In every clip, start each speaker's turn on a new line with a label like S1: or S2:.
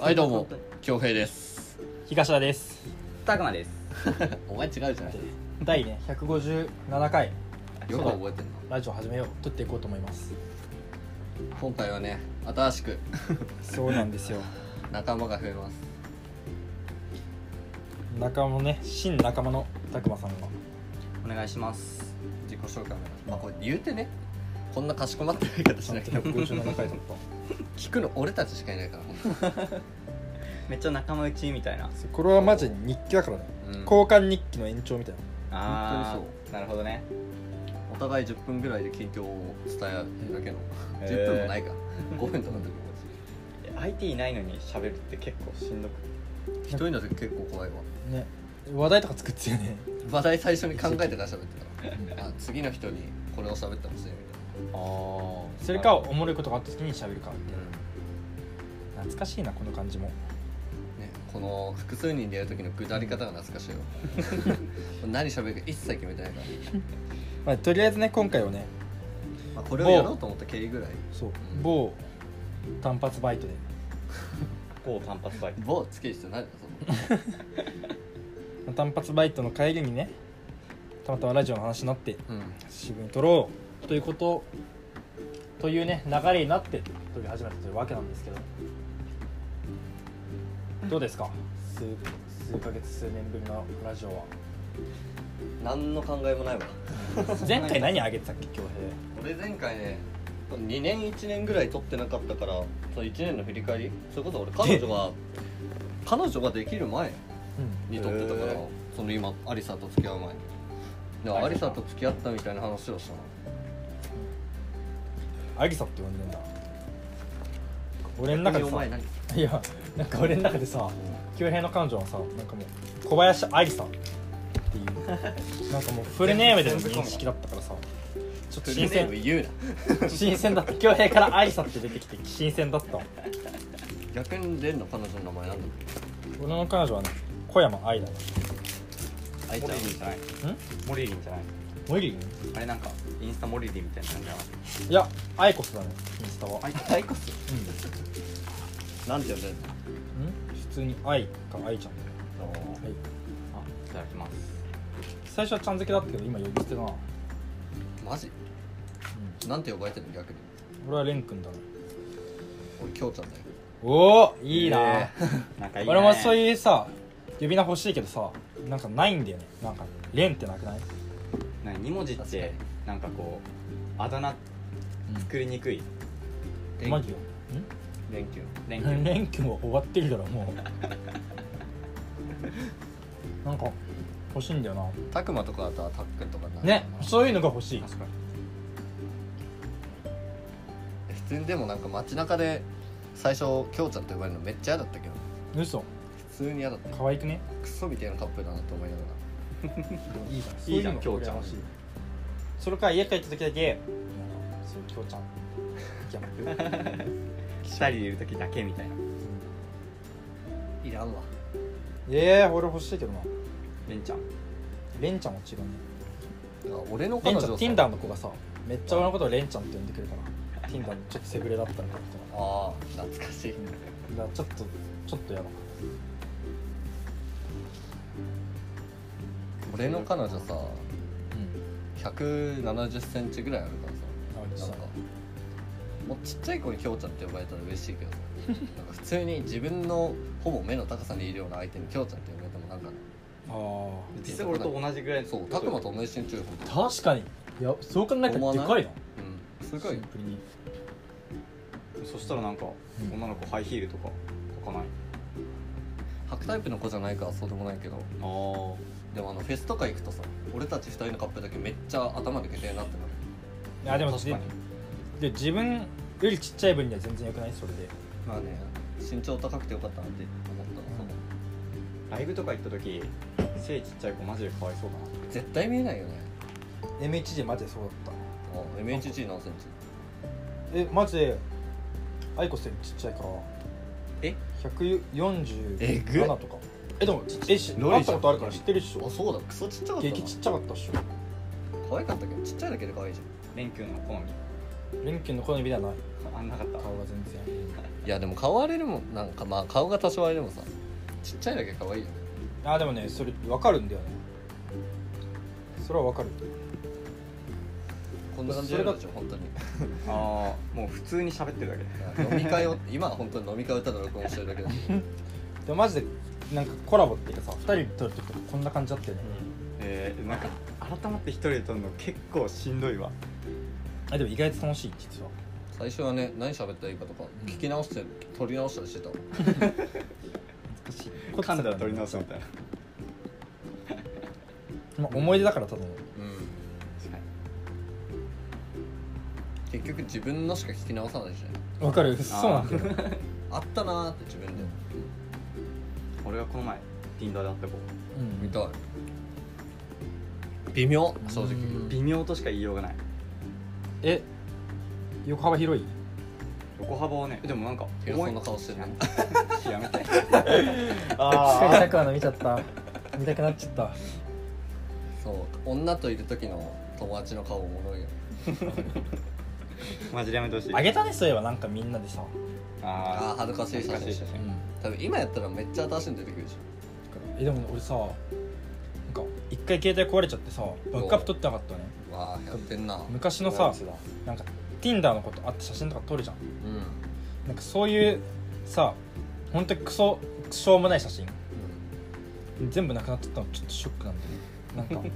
S1: はいどうも恭平です
S2: 東田です
S3: たくまです
S1: お前違うじゃない
S2: 第ね157回
S1: よく覚えてんの
S2: ラジオ始めよう撮っていこうと思います
S1: 今回はね新しく
S2: そうなんですよ
S1: 仲間が増えます
S2: 仲間のね新仲間のたくまさんが
S3: お願いします
S1: 自己紹介もまあこれ言うてねこんなかしこまった言い方しな くても
S2: 157回撮っ
S1: 聞くの俺たちしかいない から、
S3: めっちゃ仲間内みたいな
S2: たこれはマジ日記だからね
S1: うん
S2: 交換日記の延長みたいな
S3: あ
S1: 本当に
S3: あなるほどね
S1: お互い10分ぐらいで近況を伝え合うだけの
S3: へー
S1: 10分もない か5分とかの時も
S3: IT いないのに喋るって結構しんどく
S1: 一人の時結構怖いわ
S2: ね話題とか作ってよね
S1: 話題最初に考えてから喋ってたあ次の人にこれを喋ってほしいみ
S3: ああ
S2: それかおもろいことがあった時に喋るか
S1: たいな、
S2: 懐かしいなこの感じも
S1: ね、この複数人でやる時のくだり方が懐か しいよ何喋るか一切決めてないから、
S2: まあとりあえずね今回はね
S1: まあ、これをやろうと思った経緯ぐらい
S2: そう某単発バイトで
S3: こう単発バイト
S1: 某つける必要ないよその
S2: 単発バイトの帰りにねたまたまラジオの話になって
S1: うん
S2: 自分取ろうということというね流れになって撮り始めたというわけなんですけどどうですか数数ヶ月数年ぶりのラジオは
S1: 何の考えもないわ
S2: 前回何あげてたっけ恭
S1: 俺前回ね2年1年ぐらい撮ってなかったからその1年の振り返りそれこそ俺彼女が彼女ができる前に
S2: 平、
S1: 撮ってたから
S3: へー
S1: その今アリサと付き合う前にだからア
S2: ア
S1: リ
S2: リサ
S1: サと付き合ったみたいな話をしたの
S2: うん、アリサって呼んでんだ俺の中で
S1: お前
S2: さ
S1: 何
S2: いやなんか俺の中でさ恭平の彼女はさなんかもう小林アリサっていうなんかもうフルネームでの認識だったからさちょっと新鮮
S1: 言うな
S2: 新鮮だった恭平からアリサって出てきて新鮮だったわ
S1: 逆に出るの彼女の名前なんだ
S2: 俺の彼女はね小山愛だね
S1: あいち
S3: モ
S1: ゃん
S3: リリンじゃない
S2: ん
S3: モリリンじゃない
S2: モリリン
S3: あれなんかインスタモリリンみたいな感じだない
S2: やアイコスだねインスタは、
S1: あいちゃんこそ
S2: うん、
S1: なんて呼んでん
S2: ん普通に愛か愛ちゃんだ
S1: の
S2: ね、はい、
S3: あいただきます
S2: 最初はちゃん付けだったけど今呼び捨てだな、うん、
S1: マジなんて呼ばれてるの逆に
S2: 俺はレン君だね
S1: 俺きょうちゃんだよ
S2: おおいいな、
S1: え
S3: なんかいいね
S2: 俺もそう
S3: う
S2: いうさ呼び名欲しいけどさなんかないんだよねなんかレンってなくない、
S3: なんか2文字っ
S1: 確か
S3: てなんかこうあだ名作りにくい
S1: ー
S2: マジよ
S1: 連休
S3: 連
S2: ん
S3: 休
S2: レン君は終わってるだろもうなんか欲しいんだよな
S1: たくまとかあとはたっくんとかな
S2: ねそういうのが欲しい
S3: 確かに
S1: 普通にでもなんか街中で最初きょうちゃんって呼ばれるのめっちゃ嫌だったけど
S2: 嘘
S1: 普通に嫌だった
S2: 可愛くね
S1: クソみたいなカップルだなと思いなが
S2: いいじゃん
S3: いいじゃ
S2: そううの
S3: ん
S2: が
S3: きょうちゃ
S2: 羨
S3: ん
S2: ましいそれから家帰った時だけなんかそういうきょうちゃんギャップ
S3: 二人でいる時だけみたいな
S1: らいらんわ
S2: ええ俺欲しいけどな
S3: レンちゃん
S2: レンちゃんも違うね
S1: だから俺の
S2: レ
S1: 彼
S2: ン
S1: 女
S2: ちゃん
S1: さ
S2: Tinder の子がさめっちゃ俺のことをレンちゃんって呼んでくるから Tinder のちょっとセフレだったみたいなこと
S1: ああ懐かしい
S2: がだからちょっとちょっとやだ
S1: 俺の彼女さ
S2: うん
S1: 1 7 0ンチぐらいあるからさ
S2: あれ
S1: なん
S2: さ
S1: かもうちっちゃい子にきょうちゃんって呼ばれたら嬉しい けどさなんか普通に自分のほぼ目の高さにいるような相手にきょうちゃんって呼ばれてもなんか
S2: あー
S3: 実際俺と同じぐらいの
S1: そう拓磨と同じ身長よほんと
S2: 確かにいやそう考えたらで
S1: 思わない
S2: かいな
S1: うんすごい
S2: シンプルに
S3: そしたらなんか
S2: うん
S3: 女の子ハイヒールとか履かない
S1: 履くタイプの子じゃないからそうでもないけど
S3: ああ
S1: でもあのフェスとか行くとさ俺たち2人のカップルだけめっちゃ頭抜けてるなってなる
S2: いやでも
S3: 確かに
S2: で自分よりちっちゃい分には全然良くないそれで
S1: まあね身長高くてよかったなって思ったその
S3: ライブとか行った時背ちっちゃい子マジでかわいそうだな
S1: 絶対見えないよね
S2: MHD マジでそうだった
S1: あ MHG 何センチ
S2: えマジで愛子さんちっちゃいから
S1: ええぐ
S2: 147とかえでもえし
S1: ロリ
S2: 会っ
S1: じ
S2: た
S1: ゃん
S2: ことあるから知ってるっし
S1: あ
S2: ょ
S1: そうだクソちっちゃかったな
S2: 激ちっちゃかったっしょ
S1: 可愛かったけどちっちゃいだけで可愛いじゃん
S3: 連休の好み
S2: レン君の好みではない
S3: あなかった
S2: 顔が全然
S1: いやでも顔割れるもんなんかまあ顔が多少割れるもさちっちゃいだけ可愛いよね
S2: あでもねそれ分かるんだよねそれは分かる
S1: こんな感じで
S2: それが
S1: 私は本当に
S3: ああもう普通に喋ってるだ け
S1: 飲み会を今は本当に飲み会をただ録音してるだけだし
S2: でもマジでなんかコラボっていうかさ2人で撮る時とかこんな感じだったよね
S3: えー、なんか改まって一人で撮るの結構しんどいわ
S2: あでも意外と楽しい実は
S1: 最初はね何喋ったらいいかとか聞き直して撮り直したりしてたもん
S2: 難しい
S3: 噛んだら撮り直すみたいな
S2: まあ思い出だから多分
S1: 結局自分のしか聞き直さないしね
S2: 分かるそうなんだよ
S1: あったなーって自分で
S3: 俺はこの前 Tinder で会った子
S2: うん
S1: 見たい微妙正直
S2: うん
S3: 微妙としか言いようがない
S2: え横幅広い
S3: 横幅はねでもなんか
S1: いやそんな顔してるね
S3: やめて
S2: 近くなの見ちゃった見たくなっちゃった
S1: そう女といる時の友達の顔おもろいよ
S3: マジでやめてほしい
S2: あげたねそういえばなんかみんなでさ、
S1: あ
S3: あ
S1: あ恥ずかしい写真して
S3: 恥ずかしい写
S2: う
S3: 真
S2: ん、
S1: 多分今やったらめっちゃ新しいの出てくるでし
S2: えでも俺さなんか一回携帯壊れちゃってさバックアップ取ってなかったね
S1: ょわあやってんなうん
S2: 昔のさなんか Tinder のことあって写真とか撮るじゃん
S1: う
S2: なんかそういうさ本当にクソしょうもない写真
S1: ん
S2: 全部なくなっちゃったのちょっとショックなんだ よねなんか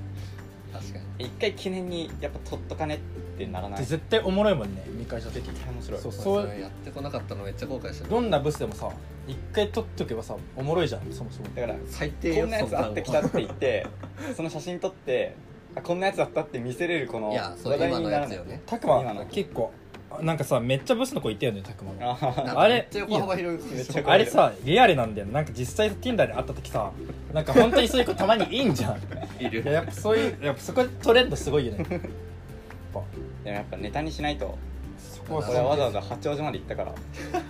S1: 確かに
S3: 一回記念にやっぱ撮っとかねってならない
S2: で絶対おもろいもんね見返した時
S3: 対面白い
S2: そう
S1: そ
S2: そう
S1: れやってこなかったのめっちゃ後悔してる
S2: どんなブスでもさ一回撮っとけばさおもろいじゃんそもそも
S3: だから
S1: 最低
S3: こんなやつあってきた
S1: そ
S3: って言って その写真撮ってあこんなやつあったって見せれるこ
S1: んな
S3: の
S1: のいやそう今のやつよね
S2: たくま
S3: 今の
S2: 結構あなんかさめっちゃブスの子いたよねたくま
S3: あー
S1: なんかめっちゃ横幅広い
S3: めっちゃ
S2: あれさリアルなんだよねなんか実際 Tinder で会った時さなんか本当にそういう子たまにいいんじゃんい
S1: いる
S2: ややっぱそういうやっぱそこでトレンドすごいよねやっぱ
S3: でもやっぱネタにしないと
S2: そこは
S1: あ
S2: さ
S3: 俺はわざわざ八王子まで行ったから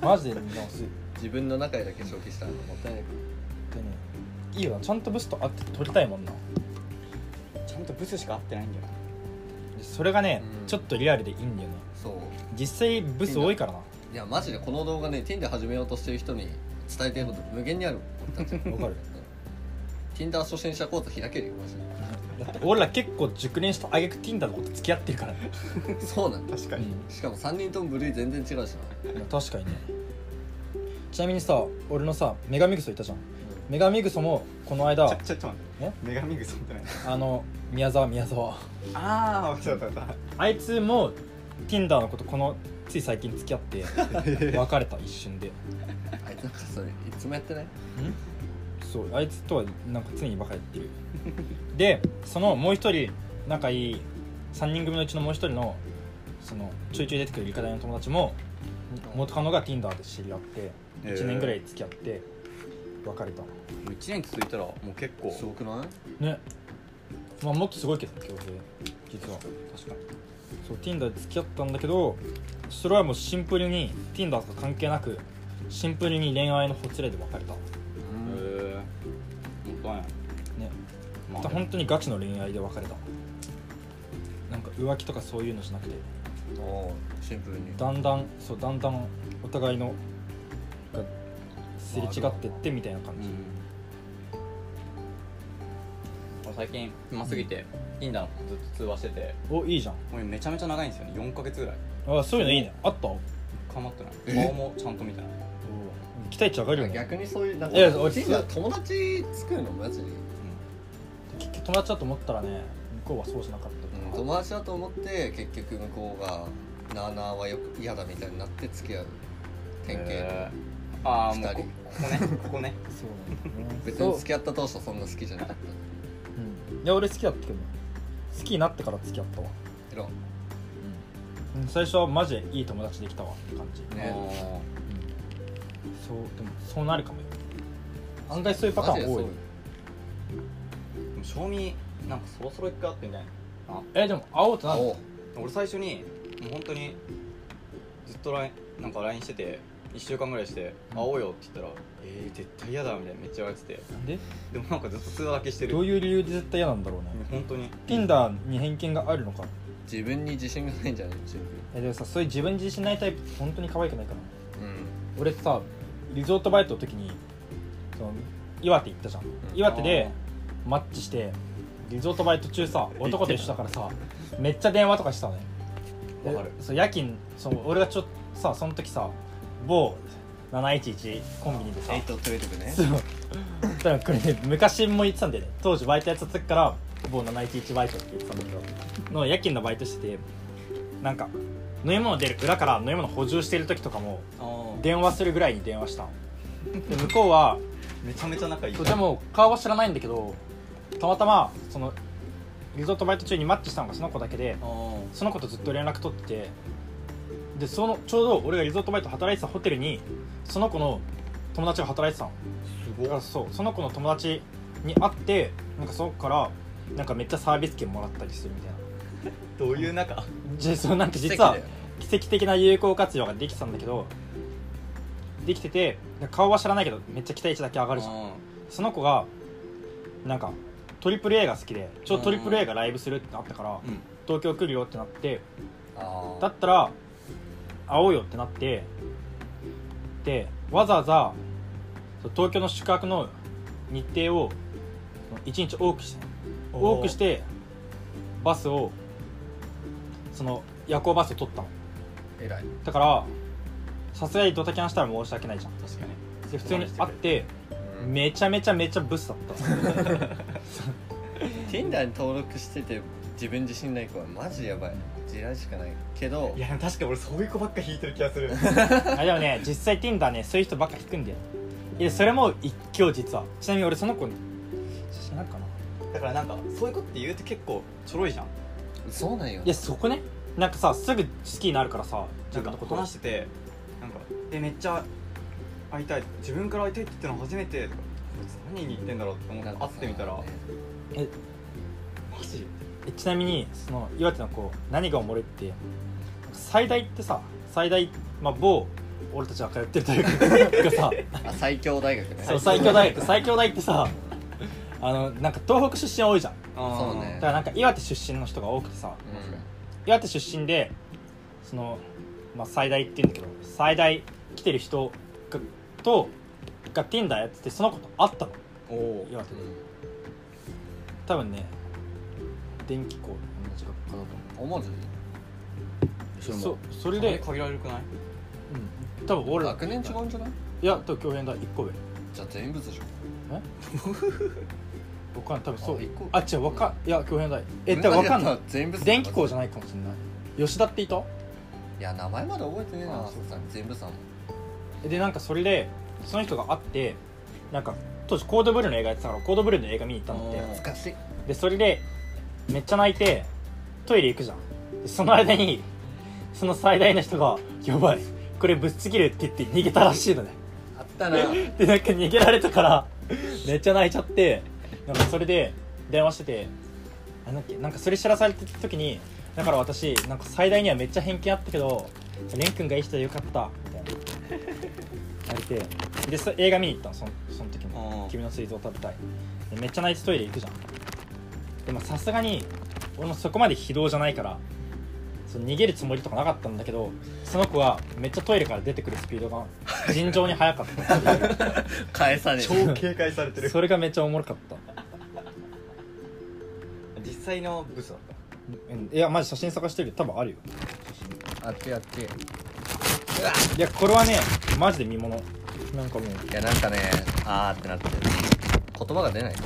S2: マジで見直すっ
S1: 自分の中へだけ消費したのもったいない
S2: てねいいよなちゃんとブスと会って撮りたいもんな
S3: ちゃんとブスしか会ってないんだよ
S2: でそれがね、
S1: うん
S2: ちょっとリアルでいいんだよね
S1: そう
S2: 実際ブス多いからない
S1: やマジでこの動画ね Tinder 始めようとしてる人に伝えてること無限にある俺たち
S2: わかる
S1: Tinder 初心者コース開けるよマジで
S2: だって俺ら結構熟練したあげく Tinder のこと付き合ってるからね、
S1: そうなんだ
S3: 確か
S2: うん
S1: しかも3人とも部類全然違うしな
S2: まあ確かにねちなみにさ俺のさメガミグソいたじゃんメガミグソもこの間
S3: ちょちょっと待って女神グソってない
S2: あの宮沢宮沢
S3: ああ分かった分かっ
S2: あいつも Tinder のことこのつい最近付き合 って別れた一瞬で
S1: あいつなんかそれいつもやってない
S2: そうあいつとはなんか常にバカやって るでそのもう一人仲いい3人組のうちのもう一人のそのちょいちょい出てくる理科大の友達も元カノが Tinder で知り合って
S3: えー
S2: 1年ぐらい付き合って別れた、
S3: たもう1年続いたらもう結構
S1: すごくない
S2: ねまあもっとすごいけど強制実は
S3: 確かに
S2: そう Tinder で付き合ったんだけどそれはもうシンプルに Tinder とか関係なくシンプルに恋愛のほつれで別れた
S1: うん
S3: へえもったいない
S2: ね
S3: まあ
S2: 本当にガチの恋愛で別れたなんか浮気とかそういうのじゃなくて
S1: おうシンプルに
S2: だんだんそうだんだんお互いのがすれ違ってってみたいな感
S3: う
S2: じ、
S3: ん俺最近暇すぎて Tinder のことずっと通話してて
S2: おいいじゃん
S3: もうめちゃめちゃ長いんですよね4ヶ月ぐらい
S2: あそういうのいいねあった
S3: かまってない顔もちゃんと見てない
S2: 期待値上がるよね
S1: 逆にそういうなんか
S2: いや俺
S1: Tinder 友達作るのマジで
S2: 結局友達だと思ったらね向こうはそうじゃなか
S1: うん
S2: った、
S1: 友達だと思って結局向こうがなあなあはよく嫌だみたいになって付き合う典型、
S3: えーああもう
S1: 二
S3: こ
S1: 人
S3: ここねここ ね
S2: そうなんだね
S1: 別に付き合った当初そんな好きじゃなかっ
S2: うんいや俺好きだったけど好きになってから付き合ったわ、
S1: たろ
S2: うん、最初はマジでいい友達できたわって感じ、
S1: ね
S2: うん、そうでもそうなるかもよ案外そういうパターン多い
S3: でも賞味なんかそろそろ一回あってみたいな
S2: えでも会おうとなる
S1: おう
S3: 俺最初にもう本当にずっと LINE なんか LINE してて1週間ぐらいして「
S2: うん
S3: 会おうよ」って言ったら「えー、絶対嫌だ」みたいなめっちゃ言われてて
S2: で
S3: でもなんかずっと通話だけしてる
S2: どういう理由で絶対嫌なんだろうね
S3: 本当に
S2: Tinder に偏見があるのか
S1: 自分に自信がないんじゃない自分
S2: えでもさそういう自分自信ないタイプって本当に可愛くないかな
S1: うん
S2: 俺さリゾートバイトの時にその岩手行ったじゃん
S1: ん
S2: 岩手でマッチしてリゾートバイト中さ男と一緒だからさめっちゃ電話とかしてたのねで
S3: わかる
S2: そう夜勤そう俺がちょっとさその時さ某711コンビニでさ
S1: 8と12ね
S2: そうだからこれね昔も言ってたんだよね当時バイトやってた時から某711バイトって言ってたんだけどの夜勤のバイトしててなんか飲み物出る裏から飲み物補充してる時とかも
S3: あ
S2: 電話するぐらいに電話したので向こうは
S3: めちゃめちゃ仲いい
S2: そうでも顔は知らないんだけどたまたまそのリゾートバイト中にマッチしたのがその子だけで
S3: あー
S2: その子とずっと連絡取っててでそのちょうど俺がリゾートバイト働いてたホテルにその子の友達が働いてたの
S1: す
S2: だからそうその子の友達に会ってなんかそこからなんかめっちゃサービス券もらったりするみたいな
S3: どういう仲
S2: じそうなんか実は奇跡的な有効活用ができてたんだけどできてて顔は知らないけどめっちゃ期待値だけ上がるじゃんその子がなんかトリプル a が好きでちょうどトリプル a がライブするってなったから
S3: うん
S2: 東京来るよってなって
S1: あ
S2: だったら会おうよってなってでわざわざそう東京の宿泊の日程を1日多くして多くしてバスをその夜行バスを取ったの
S1: えらい
S2: だからさすがにドタキャンしたら申し訳ないじゃん
S3: 確かに
S2: で普通に会って
S1: うん
S2: めちゃめちゃめちゃブスだった
S1: Tinder に登録してて自分自信ない子はマジやばい地雷しかないけど
S3: いや確か俺そういう子ばっか引いてる気が する
S2: あでもね実際 Tinder ねそういう人ばっか引くんだよいやそれも一興実はちなみに俺その子に写真あるかな
S3: だからなんかそういう子って言うと結構ちょろいじゃん
S1: そうなんよ
S2: いやそこねなんかさすぐ好きになるからさ
S3: な
S2: 自
S3: ん
S2: 分
S3: か
S2: のこと
S3: 話しててなんかえめっちゃ会いたい自分から会いたいって言ったの初めてとかこいつ何に言ってんだろうって思って
S1: なんか
S3: 会っ
S1: さ
S3: てみたらマ
S1: ね
S3: ジ
S2: えちなみにその岩手の子何がおもろいって最大ってさ最大、まあ、某俺たちが通ってる大学が さ
S1: あ最強大学ね
S2: そう最強大学最強大ってさ あのなんか東北出身多いじゃん
S3: あー
S1: そうね
S2: だからなんか岩手出身の人が多くてさ岩手出身でその、まあ、最大って言うんだけど最大来てる人がとが Tinder やっててその子と会ったの
S3: おお
S2: 岩手
S1: う
S2: で
S1: ん
S2: 多分ね電気工の同じ学科だと思
S1: うん思わず
S2: う
S1: それも
S2: そそれ
S3: で
S2: で、
S3: 限られるくない
S2: うん、多分俺ら
S1: 学年違うんじゃない
S2: いや多分共演だ1個上
S1: じゃあ全部でしょ
S2: 僕は多分そう
S1: あ一個
S2: あ違うわかいや共演だえ多分わかんない
S1: 全部
S2: 電気工
S1: じ
S2: じゃないかもしれない吉田っていた
S1: ゃんいや名前まだ覚えてねえな
S2: あそう
S1: さ全部さん
S2: でなんかそれでその人が会ってなんか当時コードブルーの映画やってたからコードブルーの映画見に行ったの
S3: うん
S2: っ
S1: 懐かしい
S2: てでそれでめっちゃ泣いてトイレ行くじゃんでその間にその最大の人が「やばいこれぶっちぎる」って言って逃げたらしいのね
S1: あったな
S2: でなんか逃げられたからめっちゃ泣いちゃってなんかそれで電話しててあなんだっけなんかそれ知らされてた時にだから私なんか最大にはめっちゃ偏見あったけど蓮くんがいい人でよかったみたいな言われてでそ映画見に行ったのそのその時
S3: う
S2: も「
S3: ん
S2: 君の水臓食べたい」でめっちゃ泣いてトイレ行くじゃんでもさすがに俺もそこまで非道じゃないからその逃げるつもりとかなかったんだけどその子はめっちゃトイレから出てくるスピードが尋常に速かった
S1: 返さね
S3: 超警戒されてる
S2: それがめっちゃおもろかった
S3: 実際のブスだった
S2: うんいやマジ写真探してる多分あるよ
S1: あっちあっちい
S2: いやこれはねマジで見物なんかもう
S1: やなんかねあーってなってる言葉が出ないね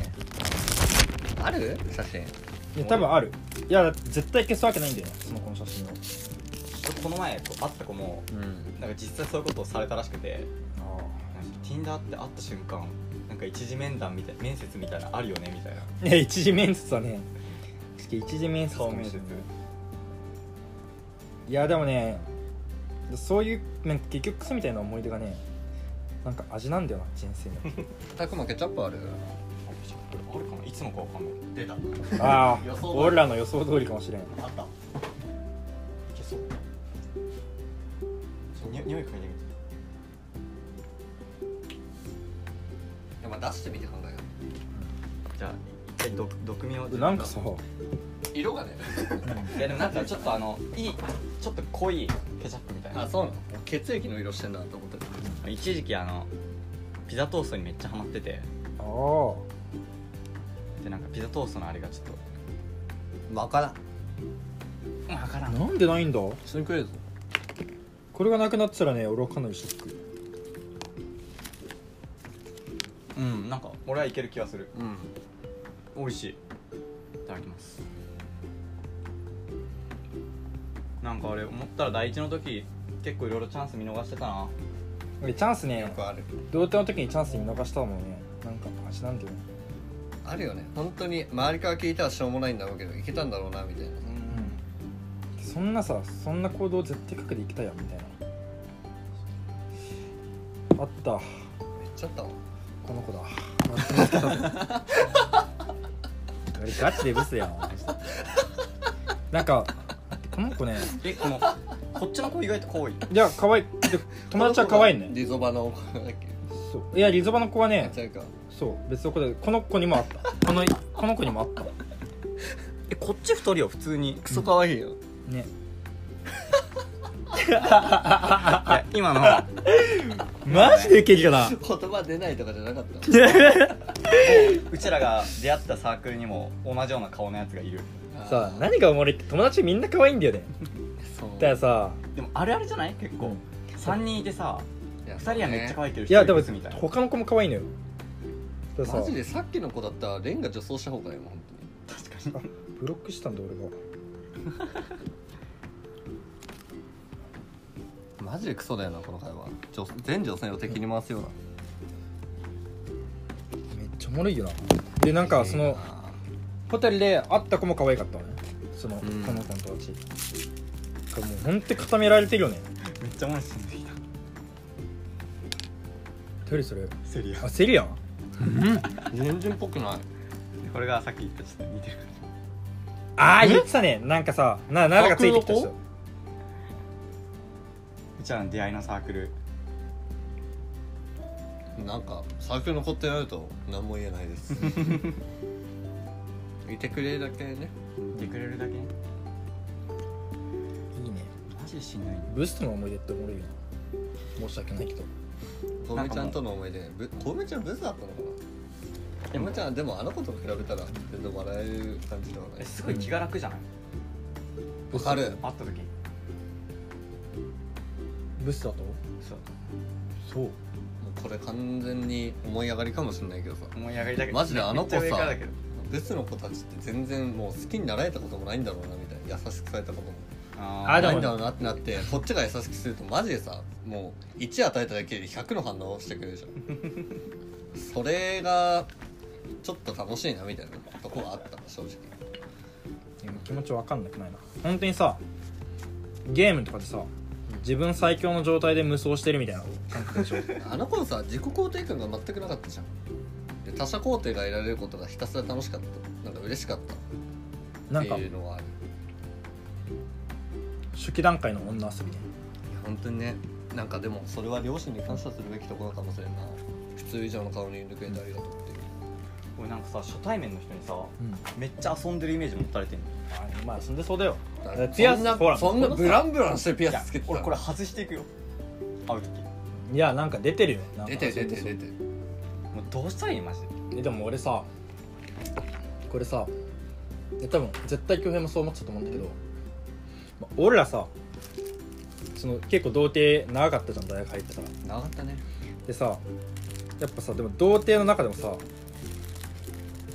S1: ある写真
S2: いや多分あるいや絶対消すわけないんだよねその子の写真を
S3: 俺この前会った子も
S1: うん
S3: なんか実際そういうことをされたらしくて
S2: あ
S3: Tinder って会った瞬間なんか一時面談みたい面接みたいなのあるよねみたいな
S2: あいや一次面接はね確かに一次面接かも
S3: 顔見せて
S2: いやでもねそういうなんか結局クソみたいな思い出がねなんか味なんだよな人生の
S1: たくまケチャップある
S3: あれかないつのかわかんない
S1: 出た
S2: あ
S1: 予想通
S2: あ
S1: り
S2: 俺らの予想通りかもしれん
S1: あった
S3: いけそうちょに匂い嗅いでみて
S1: いやまあ出してみて考えよう
S3: じゃあ一回毒毒味を
S2: なんかさ
S1: 色がね
S3: いやでもなんかちょっとあのいいちょっと濃いケチャップみたいな
S1: あそうなの血液の色してんなと思って
S3: 一時期あのピザトーストにめっちゃハマってて
S2: ああ
S3: でなんかピザトーストのあれがちょっと
S1: わからん
S3: 分からん
S2: なんでないんだ
S1: 一緒に食えるぞ
S2: これがなくなってたらね俺はかなりショック
S3: うんなんか俺はいける気がする
S1: うん
S3: 美味しいいただきますなんかあれ思ったら第一の時結構いろいろチャンス見逃してたな
S2: 俺チャンスね
S1: よくある
S2: 同点の時にチャンス見逃したもんねなんか足なんだよね
S1: あるよね本当に周りから聞いたらしょうもないんだろうけどいけたんだろうなみたいな
S2: うんそんなさそんな行動絶対かけていきたいやんみたいなあった
S1: めっちゃあったわ
S2: この子だ あれガチでブスやんなんかこの子ね
S3: えこ のこっちの子意外と濃い
S2: いや可愛いで友達は可愛いね
S1: リゾバの子だっけ
S2: そういやリゾバの子はね
S1: 違うか
S2: そう別の子でこの子にもあったこのこの子にもあった
S3: えこっち太りよ普通に
S1: クソ可愛いよ
S2: ね
S3: いや今の
S2: マジでウケるよ な
S1: 言葉出ないとかじゃなかった
S3: うちらが出会ったサークルにも同じような顔のやつがいる
S2: さあ何がおもろいって友達みんな可愛いんだよね
S1: そう
S2: だからさ
S3: でもあるあるじゃない結構3人いてさ
S1: 2
S3: 2人はめっちゃ可愛いけど
S2: いやで
S3: 一人
S2: も
S3: ブスみたいな
S2: 他の子も可愛いのよだから
S1: マ
S2: さ
S1: ジでさっきの子だったらレンガ女装した方がいいもん本当に
S3: 確かに
S2: ブロックしたんだ俺が
S1: マジでクソだよなこの会話女全女性を敵に回すような
S2: めっちゃおもろいよなでなんかそのホテルで会った子も可愛かったのねその、
S1: うん
S2: この子の友達だからもうほんと固められてるよね
S3: めっちゃおもろいしんできた
S2: トイレそれ
S3: セリア
S2: あセリアン
S1: 全然っぽくない
S3: これがさっき言ったちょっと似てる感
S2: ああ言ってたねなんかさななんだかついてきた
S1: 架空
S2: 人
S1: の
S3: じうちらの出会いのサークル
S1: なんかサークルの子ってなると何も言えないです いてくれるだけね
S3: 見てくれるだけ
S2: いいね
S3: マジでしんどいね
S2: ブスとの思い出っておもろいよな申し訳ないけど
S1: 小梅ちゃんとの思い出ぶ小梅ちゃんブスだったのかな小梅ちゃんはでもあの子と比べたら全然笑える感じではない
S3: えすごい気が楽じゃない
S1: わかる
S3: 会った時
S2: ブスだと
S3: そう
S2: そう
S1: もうこれ完全に思い上がりかもしれないけどさ
S3: 思い上がりだけど
S1: マジであの子さ
S3: めっちゃ上からだけど
S1: ブスの子たちって全然もう好きになられたこともないんだろうなみたいな優しくされたことも
S3: あ
S2: あで
S1: な
S2: も
S1: いんだろうなってなってこっちが優しくするとマジでさもう1与えただけで100の反応をしてくれるじゃんそれがちょっと楽しいなみたいなとこはあった正直
S2: 気持ちわかんなくないな本当にさゲームとかでさ自分最強の状態で無双してるみたいな感覚 でしょ
S1: あの頃さ自己肯定感が全くなかったじゃんで他者肯定が得られることがひたすら楽しかったなんか嬉しかった
S2: なん
S1: っ
S2: か
S1: ていうのはある
S2: 初期段階の女遊び
S1: い
S2: で
S1: や本当にねなんかでもそれは両親に感謝するべきところかもしれんな普通以上の顔に産んでくれてありがとうっていう
S3: 俺なんかさ初対面の人にさ
S2: うん
S3: めっちゃ遊んでるイメージ持たれてんの
S2: あまあそんでそうだよ
S1: だ
S2: から
S1: そん
S2: ピア
S1: な
S2: スほら
S1: そんな
S2: このさ
S1: ブランブランしてピ
S3: い
S1: ア
S3: や
S1: スつけてた
S3: 俺これ外していくよ会う時
S2: いやなんか出てるよなんか
S1: 出てる出てる出てる
S3: もうどうしたらいいマジで
S2: えでも俺さこれさえ多分絶対恭平もそう思ってたと思うんだけど、まあ俺らさその結構童貞長かったじゃん大学入ってさ
S1: 長かったね
S2: でさやっぱさでも童貞の中でもさ、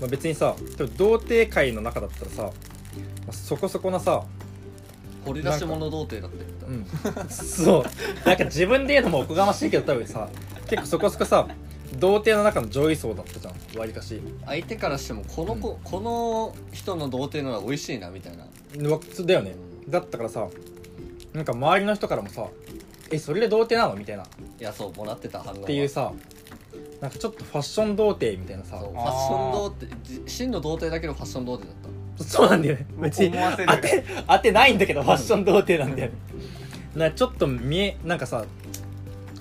S2: まあ、別にさでも童貞界の中だったらさ、まあそこそこなさ、
S1: 掘り出し物童貞だって
S2: うん、そうなんか自分で言うのもおこがましいけど多分さ結構そこそこさ童貞の中の上位層だったじゃんわりかし
S1: 相手からしてもこの子、この人の童貞なら美味しいなみたいな
S2: うわそうだよねだったからさなんか周りの人からもさ「えそれで童貞なの?」みたいなっ
S1: いやそうもらってた反応は
S2: ていうさなんかちょっとファッション童貞みたいな
S1: そう
S2: さ
S1: ファ
S3: あー
S1: ッション童貞じ真の童貞だけどファッション童貞だっ
S2: そうなんだよね別に
S3: 思わせる
S2: 当て当てないんだけどファッション童貞なんだよねなちょっと見えなんかさ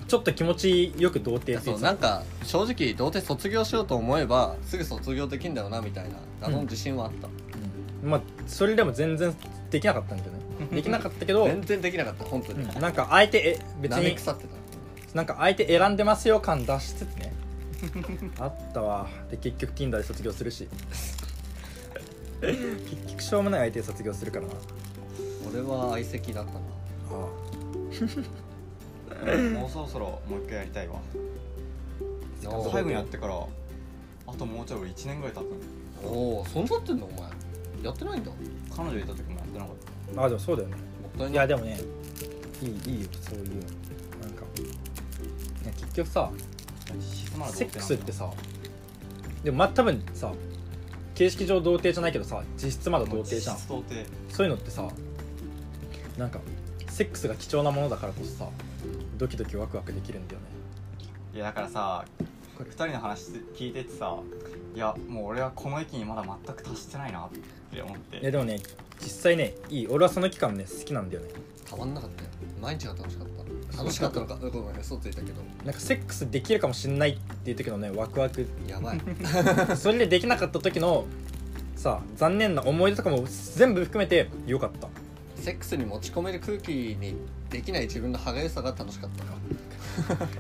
S2: ちょっと気持ちよく童貞
S1: た
S2: っ
S1: そ
S2: て言っ
S1: う
S2: て
S1: な
S2: た
S1: んか正直童貞卒業しようと思えばすぐ卒業できんだよなみたいな謎の自信はあった、
S2: うんまあそれでも全然できなかったんだけどねできなかったけど、
S1: 全然できなかった本当
S2: う
S1: に、
S2: んなんか相手え別
S1: 舐め
S2: に
S1: 腐ってた
S2: なんか相手選んでますよ感出しつつねあったわで結局 Tinder で卒業す るし結局しょうもない相手で卒業するからな
S1: 俺は相席だったな
S2: あ
S3: もうそろそろもう一回やりたいわ
S1: おー
S3: 最後にやってからあともうちょい俺1年ぐらい経ったの
S1: おおそんなってんのお前やってないんだも
S3: 彼女いた時もやってなかった
S2: ああでもそうだよね
S1: ったいない
S2: いやでもねいいいいよそういうのなんかいや結局さ
S3: 静まる
S2: セックスってさでもまあ多分さ形式上童貞じゃないけどさ実質まだ童貞じゃん
S3: 童貞
S2: そういうのってさなんかセックスが貴重なものだからこそさドキドキワクワクできるんだよね
S3: いやだからさ
S2: か
S3: 2
S2: る
S3: 人の話聞いててさいやもう俺はこの域にまだ全く達してないなって思っ
S2: いや
S3: て
S2: でもね実際ねいい俺はその期間ね好きなんだよね
S1: たまんなかったよ毎日が楽しかった楽しかったのかごめん嘘ついたけど
S2: なんかセックスできるかもしんないっていう時のねワクワク
S1: やばい
S2: それでできなかった時のさ残念な思い出とかも全部含めてよかった
S1: セックスに持ち込める空気にできない自分の歯がゆさが楽しかった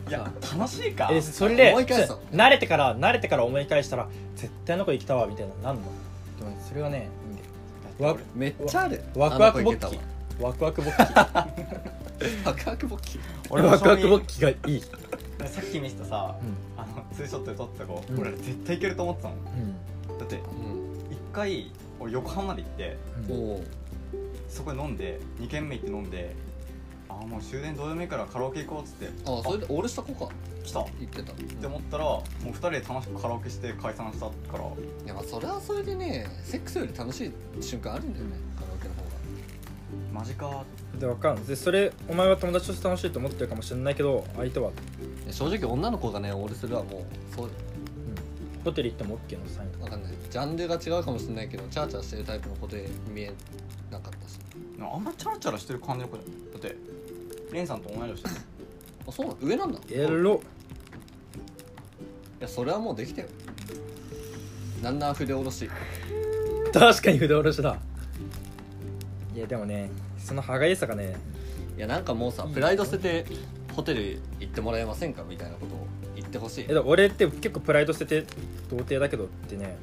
S3: いや楽しいか
S2: えそれで
S1: 思い返すの
S2: 慣れてから慣れてから思い返したら絶対あの子生きたわみたいなのなんのでもねそれはねいいんだよわ
S1: めっちゃある
S2: ワクワ
S1: あ
S2: ク
S1: の子
S2: 勃
S1: いけたわ
S2: 起ワクワク勃 起
S1: ワクワク勃起
S3: 俺
S2: ワ
S3: も
S2: クワク
S3: 正
S2: 勃起がいい、
S3: 味さっき見せたさ
S2: う
S3: あのツーショットで撮った子、
S2: うん
S3: 俺絶対いけると思ってたもん
S2: んうん
S3: だって
S1: うん
S3: 一回俺横浜まで行って
S1: お
S2: うん
S1: おー
S3: そこで飲んで2軒目行って飲んでああもう終電どうでもいいからカラオケ行こうっつって
S1: あそれで俺した子か
S3: 来たっ
S1: 言ってた
S3: て思ったらもう2人で楽しくカラオケして解散したから
S1: いやまあそれはそれでねセックスより楽しい瞬間あるんだよねカラオケの方が
S3: マジかーって
S2: でわかんないでそれお前は友達として楽しいと思ってるかもしれないけど相手はい
S1: や正直女の子がね俺するはもうそう
S2: ホテル行っても OK のサインとか
S1: わかんないジャンルが違うかもしれないけどチャーチャーしてるタイプの子で見えなかったし
S3: でもあんまチャラチャラしてる感じの子だよだってレンさんと同い年だよ
S1: あそうなの上なんだ
S2: エロ
S1: いやそれはもうできたよなんな筆下ろし
S2: 確かに筆下ろしだいやでもねその歯がゆさがね
S1: いやなんかもうさプライド捨ててホテル行ってもらえませんかみたいなことを言ってほしい
S2: えだから俺って結構プライド捨てて童貞だけどってね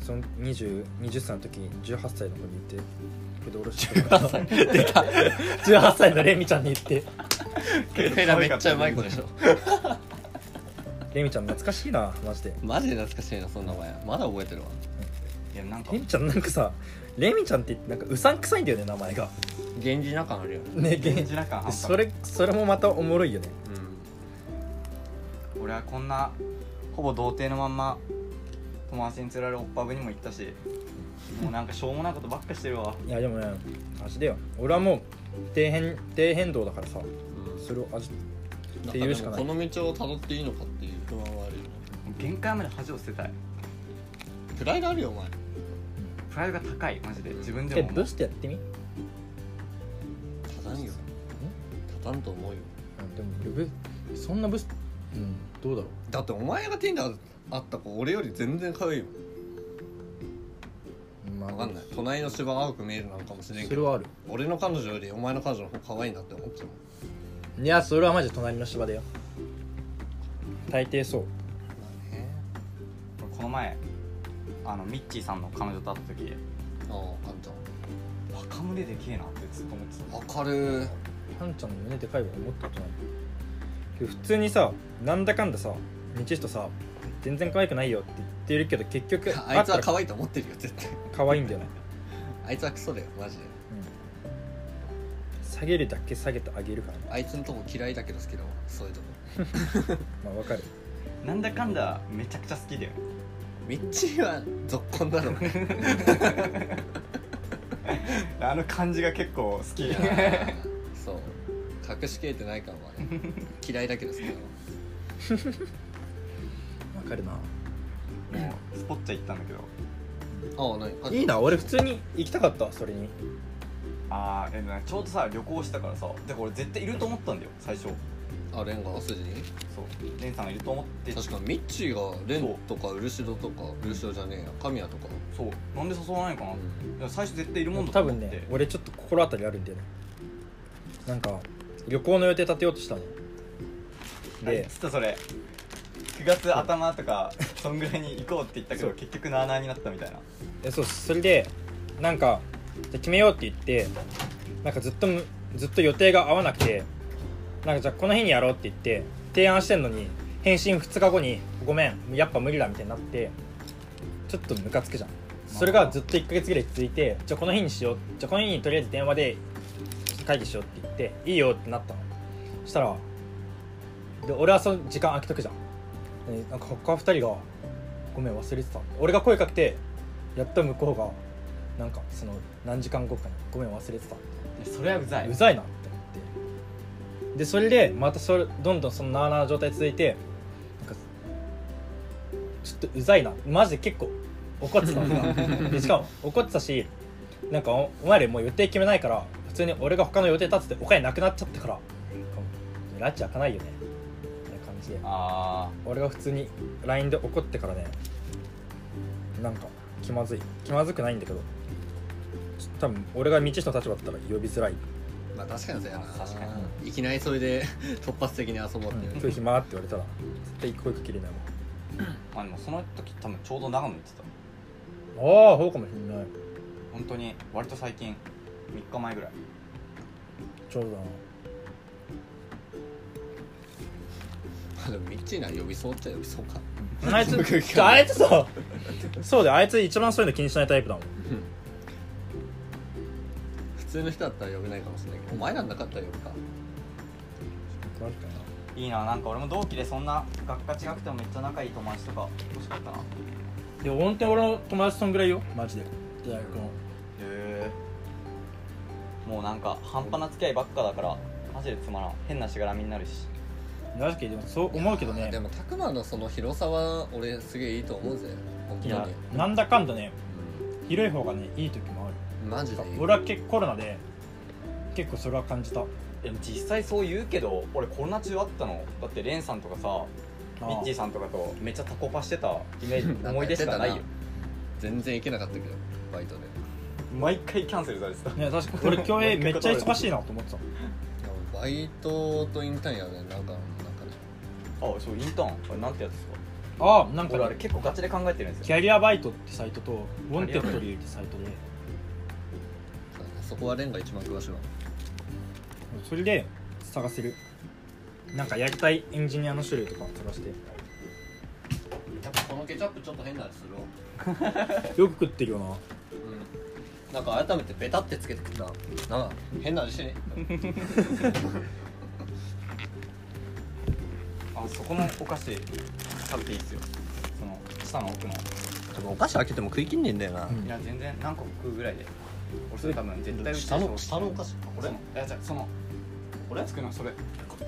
S2: その 20, 20歳の時に18歳の子に言って筆下ろしてたか ら
S1: 出た
S2: 18歳のレミちゃんに言って
S1: ペラめっちゃうまい子でしょ
S2: レミちゃん懐かしいなマジで
S1: マジで懐かしいなそんなお前まだ覚えてるわ
S3: いやなんか
S2: レミちゃんなんかさレミちゃんって言ってなんかうさんくさいんだよね名前が
S1: 源氏な感あるよね
S2: ね
S3: 現地な感半端
S2: それそれもまたおもろいよね
S1: うん
S3: 俺はこんなほぼ童貞のまんま友達に連れられオッパブにも行ったしもうなんかしょうもないことばっかしてるわ
S2: いやでもねマジでよ俺はもう底辺底辺道だからさそれを味っていうしかない
S1: んでもこの道をたどっていいのかっていう不安はあるよね
S3: 限界まで恥を捨てたい
S1: プライドあるよお前
S3: プライドが高いマジで自分で
S2: え
S3: も
S2: ブ
S3: 思う
S2: スってやってみ、うん、
S1: 立たんよ立たんと思うよ
S2: でも俺ブそんなブスうんどうだろう
S1: だってお前が Tinder あった子俺より全然可愛いよ
S2: まあ
S1: 分かんない隣の芝が青く見えるなのかもしれん
S2: そ
S1: け
S2: れ
S1: ど
S2: はある
S1: 俺の彼女よりお前の彼女の方可愛いなって思っちゃう
S2: いやそれはマジで隣の芝だよ大抵そう
S1: まあね
S3: 俺この前あのミッチーさんの彼女と会った時
S1: あああんちゃ
S3: 若胸でけえなってずっと思って
S1: んわかる
S2: ハンちゃんの胸でかいわ思ったことないけど普通にさなんだかんださ道人さ全然可愛くないよって言ってるけど結局
S1: あいつは
S2: 会ったら
S1: 可愛いと思ってるよ絶対
S2: 可愛いんだよね、
S1: あいつはクソだよマジで
S2: うん下げるだけ下げてあげるからね
S1: あいつのとこ嫌いだけど好きだわそういうとこ
S2: まあわかる
S3: たなんだかんだめちゃくちゃ好きだよ
S1: ミッチーはぞっこんだろうね
S3: あの感じが結構好き
S1: い
S3: だ
S1: や
S3: な
S1: ーそう隠しきれてない感はね嫌いだけど好きだわ
S2: わかるな
S3: もうスポッチャ行ったんだけど
S1: ああ何
S2: いいな俺普通に行きたかったそれに
S3: あーえでもねちょうどさ旅行したからさだから俺絶対いると思ったんだよ最初
S1: あレンガ筋に
S3: そうレンさんがいると思って
S1: 確かミッチーがレンとか漆戸とか漆戸じゃねえや神谷とか、
S3: そうなんで誘わないのかな、
S1: うん
S3: いや最初絶対いるもんだと
S2: 多
S3: 思っ
S2: 分
S3: て
S2: ね俺ちょっと心当たりあるんだよねなんか旅行の予定立てようとしたの
S3: で
S2: で
S3: ちょっとそれ9月頭とかそんぐらいに行こうって言ったけど
S2: そう
S3: 結局なあなあになったみたいな
S2: えそうそれでなんかじゃあ決めようって言ってなんかずっとむずっと予定が合わなくてなんかじゃあこの日にやろうって言って提案してんのに返信2日後に「ごめんやっぱ無理だ」みたいになってちょっとムカつくじゃんそれがずっと1ヶ月ぐらい続いてじゃあこの日にしようじゃあこの日にとりあえず電話で会議しようって言っていいよってなったのそしたらで俺はその時間空けとくじゃんでなんか他2人が「ごめん忘れてた」俺が声かけてやっと向こうがなんかその何時間後かに「ごめん忘れてた」
S3: それはうざ
S2: うざいなって思ってでそれでまたそれどんどんそのなあなあ状態続いてなんかちょっとうざいなマジで結構怒ってたのがでしかも怒ってたしなんかおお前らもう予定決めないから普通に俺が他の予定立ててお金なくなっちゃったからラッチ開かないよねみたいな感じで
S3: あ
S2: 俺が普通に LINE で怒ってからねなんか気まずい気まずくないんだけどちょ多分俺が道下の立場だったら呼びづらい
S1: まあ確かにそうやな
S3: 確か
S1: いきなりそれで 突発的に遊ぼうっていう、
S2: 今日暇って言われたら絶対声かけれない
S3: ーまあでもその時多分ちょうど長野行ってた
S2: もんああそうかもしれない
S3: 本当に割と最近3日前ぐらい
S2: ちょうどだな
S1: まあでもミッチーなら呼びそうっちゃ呼びそうか
S2: あい
S1: 僕聞かない
S2: つ あいつさそうだよあいつ一番そういうの気にしないタイプだもん
S1: 普通の人だったら呼べないかもしれないけどお前らなかったら呼ぶか
S3: いいななんか俺も同期でそんな学科違くてもめっちゃ仲いい友達とか欲しかったなへ
S2: いや本当に俺の友達そんぐらいよマジで大学の
S3: えもうなんか半端な付き合いばっかだからマジでつまらん変なしがらみになるし
S2: 確かにでもそう思うけど
S1: いやー
S2: ね
S1: でも拓磨のその広さは俺すげえいいと思うぜ本当
S2: い
S1: に
S2: やなんだかんだね広い方がねいい時もある
S1: うんマジでいい
S2: 俺は結構コロナで結構それは感じた
S3: でも実際そう言うけど俺コロナ中あったのだってレンさんとかさミッチーさんとかとめっちゃタコパしてたイメージ思い出し かない
S1: なんかや
S3: よ
S1: って全然行けなかったけどバイトで
S3: 毎回キャンセルされてた
S2: ね確かに俺競泳めっちゃ忙しいなと思ってた
S1: いやバイトとインターンやねなんかなんかね
S3: あそうインターンあれなんてやつですか
S2: ああなんか
S3: 俺あれ
S2: ね
S3: 結構ガチで考えてるんです
S2: キ
S3: よ
S2: ャリアバイトってサイトとウォンテッドリーってサイトで
S1: そこはレンが一番詳しいわ
S2: それで探せるなんかやりたいエンジニアの種類とか探して
S1: やっぱこのケチャップちょっと変な味するわ
S2: よく食ってるよな
S1: うんなんか改めてベタってつけてくったなんか変な味してね
S3: あそこのお菓子食べていいっすよその下の奥の
S1: お菓子開けても食いきんねえんだよな、
S2: うん
S3: いや全然何個食うぐらいで俺それ多分絶対
S1: 下の下のお菓子
S3: 俺いやじゃあその俺作るのそれ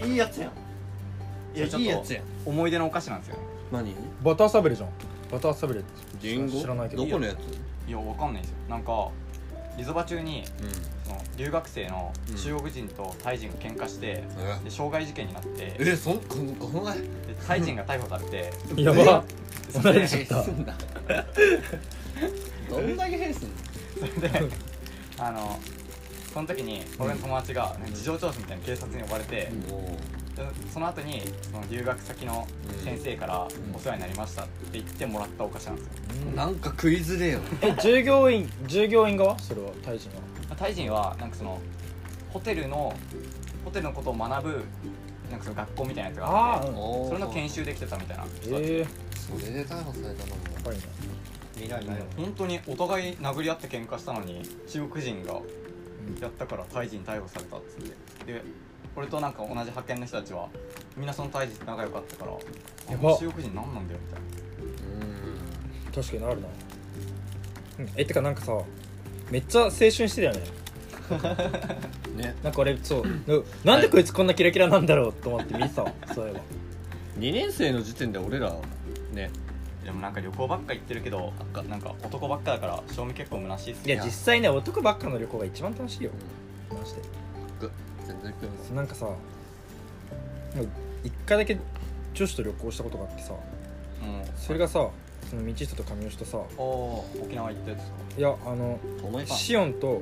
S1: いいやつやんいや
S3: そ
S1: い
S3: れ
S1: い
S3: ちょ
S1: や
S3: っと
S1: つやん
S3: 思い出のお菓子なんですよね
S1: 何
S2: バターサブレじゃんバターサブレって
S1: リンゴ
S2: 知らないけど
S1: どこのやつ
S3: いやわかんないんですよなんかリゾバ中に
S1: う
S3: その留学生の中国人とタイ人が喧嘩して、
S1: ん
S3: で傷害事件になってで
S1: えそんこのこの前
S3: タイ人が逮捕され て
S2: やば
S3: そ
S2: 同
S3: れ
S2: じ
S3: で
S2: じ
S3: そ
S2: ゃ
S1: 変すんだどんだけ変すんの
S3: れであのその時に俺の友達が事情聴取みたいな警察に呼ばれて、
S1: も
S3: でその後にその留学先の先生から
S1: ん
S3: お世話になりましたって言ってもらったお菓子なんですよ
S1: うなんか食いづれえよ
S2: え従業員従業員側それはタイ人は
S3: タイ人はなんかそのホテルのホテルのことを学ぶなんかその学校みたいなやつがあって
S2: あ
S1: おー
S3: それの研修できてたみたいな
S2: ええ
S1: それで逮捕されたのも
S2: やばいね
S1: 未来だよ
S3: 本当にお互い殴り合って喧嘩したのに中国人がやったからタイ人逮捕されたっつってで俺となんか同じ派遣の人たちはみんなそのタイ人と仲良かったからあ
S2: やば
S3: 中国人何なんだよみたいな
S2: 確かにあるな、うん、えてかなんかさめっちゃ青春してたよね
S1: うんね
S2: なんか俺そううなんでこいつこんなキラキラなんだろうと思って見て たわそういえば
S1: 2年生の時点で俺らね
S3: でもなんか旅行ばっか行ってるけどなんか男ばっかだから賞味結構虚しいっす
S2: いや実際ね男ばっかの旅行が一番楽しいよマジで
S1: 全然食う
S2: なんかさ一回だけ女子と旅行したことがあってさ
S3: うん
S2: それがさその道下と上吉とさ
S3: おおー沖縄行ったやつか
S2: いやあの
S1: お前か
S2: シオンと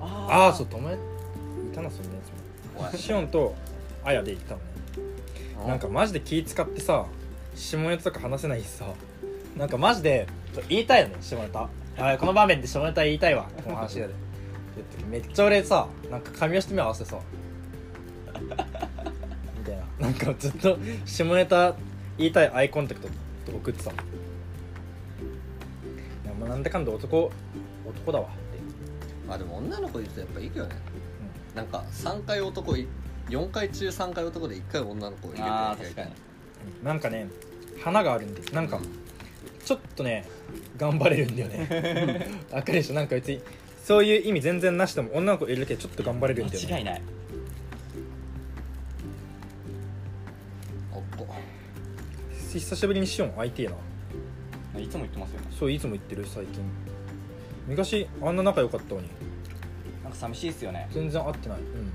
S2: あ
S3: あ
S2: あそう友達いたなそんなや
S1: お前
S2: つもシオンとあやで行ったのねなんかマジで気使ってさ下ネタとか話せないしさなんかマジで言いたいよね下ネタあこの場面で下ネタ言いたいわこの話やで言ってめっちゃ俺さなんか髪をして目を合わせてさみたいななんかずっと下ネタ言いたいアイコンタクトと送ってさいやもうなんだかんだ男男だわって
S1: まあでも女の子いるとやっぱいいよね、なんか3回男い4回中3回男で1回女の子を入れて
S3: あー
S1: る
S3: 確
S1: みた
S3: か
S1: い
S3: に
S1: な
S2: なんかね花があるんでなんかちょっとね頑張れるんだよ ねわかるでしょなんか別にそういう意味全然なしでも女の子いるだけでちょっと頑張れるんだよ
S3: 間
S2: ね
S3: 違いない
S1: おっこ
S2: 久しぶりにシオン IT やない
S3: つも言ってますよね
S2: そういつも言ってる最近昔あんな仲良かったのに
S3: なんか寂しいですよね
S2: 全然会ってないうん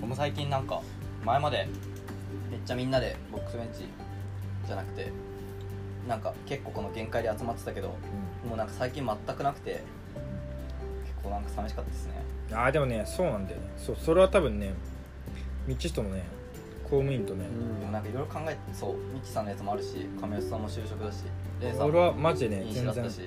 S3: 僕も最近なんか前までめっちゃみんなでボックスベンチじゃなくてなんか結構この限界で集まってたけどもうなんか最近全くなくて結構なんか寂しかったですね
S2: うんああでもねそうなんだよねそうそれは多分ね道人もね公務員とね、
S3: でもなんかいろいろ考えてそうミッチさんのやつもあるし亀吉さんも就職だしレンさん
S2: 俺
S3: も
S2: はマジでね
S3: 飲酒
S2: 全
S3: だった
S2: 然
S3: し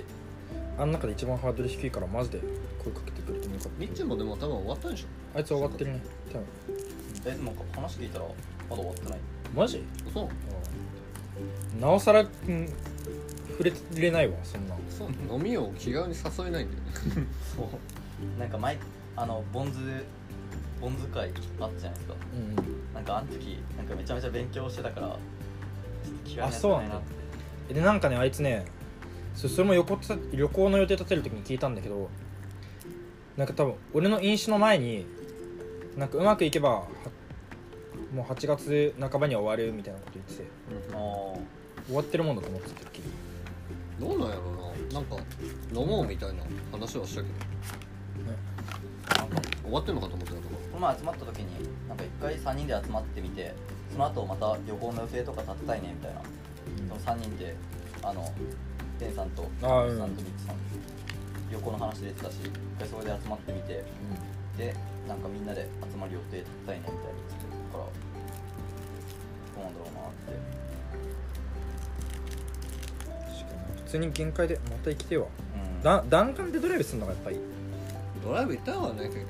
S2: あん中で一番ハードル低いからマジで声かけてくれてもよかった
S1: みっちもでも多分終わったんでしょ
S2: あいつ終わってるね多分
S3: えでも話聞いたらまだ終わってない
S2: マジ
S1: そう
S2: なおさら、うん、触れれないわそんな
S1: そう 飲みを気軽に誘えないんだよね
S3: そうなんか前あのボンズボンズ会あったじゃないですか
S2: うん
S3: なんかあの時なんかめちゃめちゃ勉強してたからちょっと嫌いなや
S2: あ
S3: つ
S2: そう
S3: だ
S2: なんだ
S3: なって
S2: でなんかねあいつねそそれも横た旅行の予定立てる時に聞いたんだけどなんか多分俺の飲酒の前になんかうまくいけばはもう8月半ばには終わるみたいなこと言ってて
S3: あー
S2: 終わってるもんだと思ってたっけ
S1: どうなんやろうななんか飲もうみたいな話はしたけど
S3: なんか
S1: 終わってんのかと思ってたとか
S3: この前集まった時になんか一回3人で集まってみてその後また旅行の予定とか立てたいねみたいなその3人であのデンさんと
S2: あー
S3: ルイさんとミッチさん旅行の話出てたし一回そこで集まってみてでなんかみんなで集まる予定立てたいねみたいな言ってたからどうなんだろうなって
S2: 確かに普通に限界でまた生きてえわ
S3: うん
S2: だ弾丸でドライブするのがやっぱいい、
S1: ドライブ行ったのかね結局、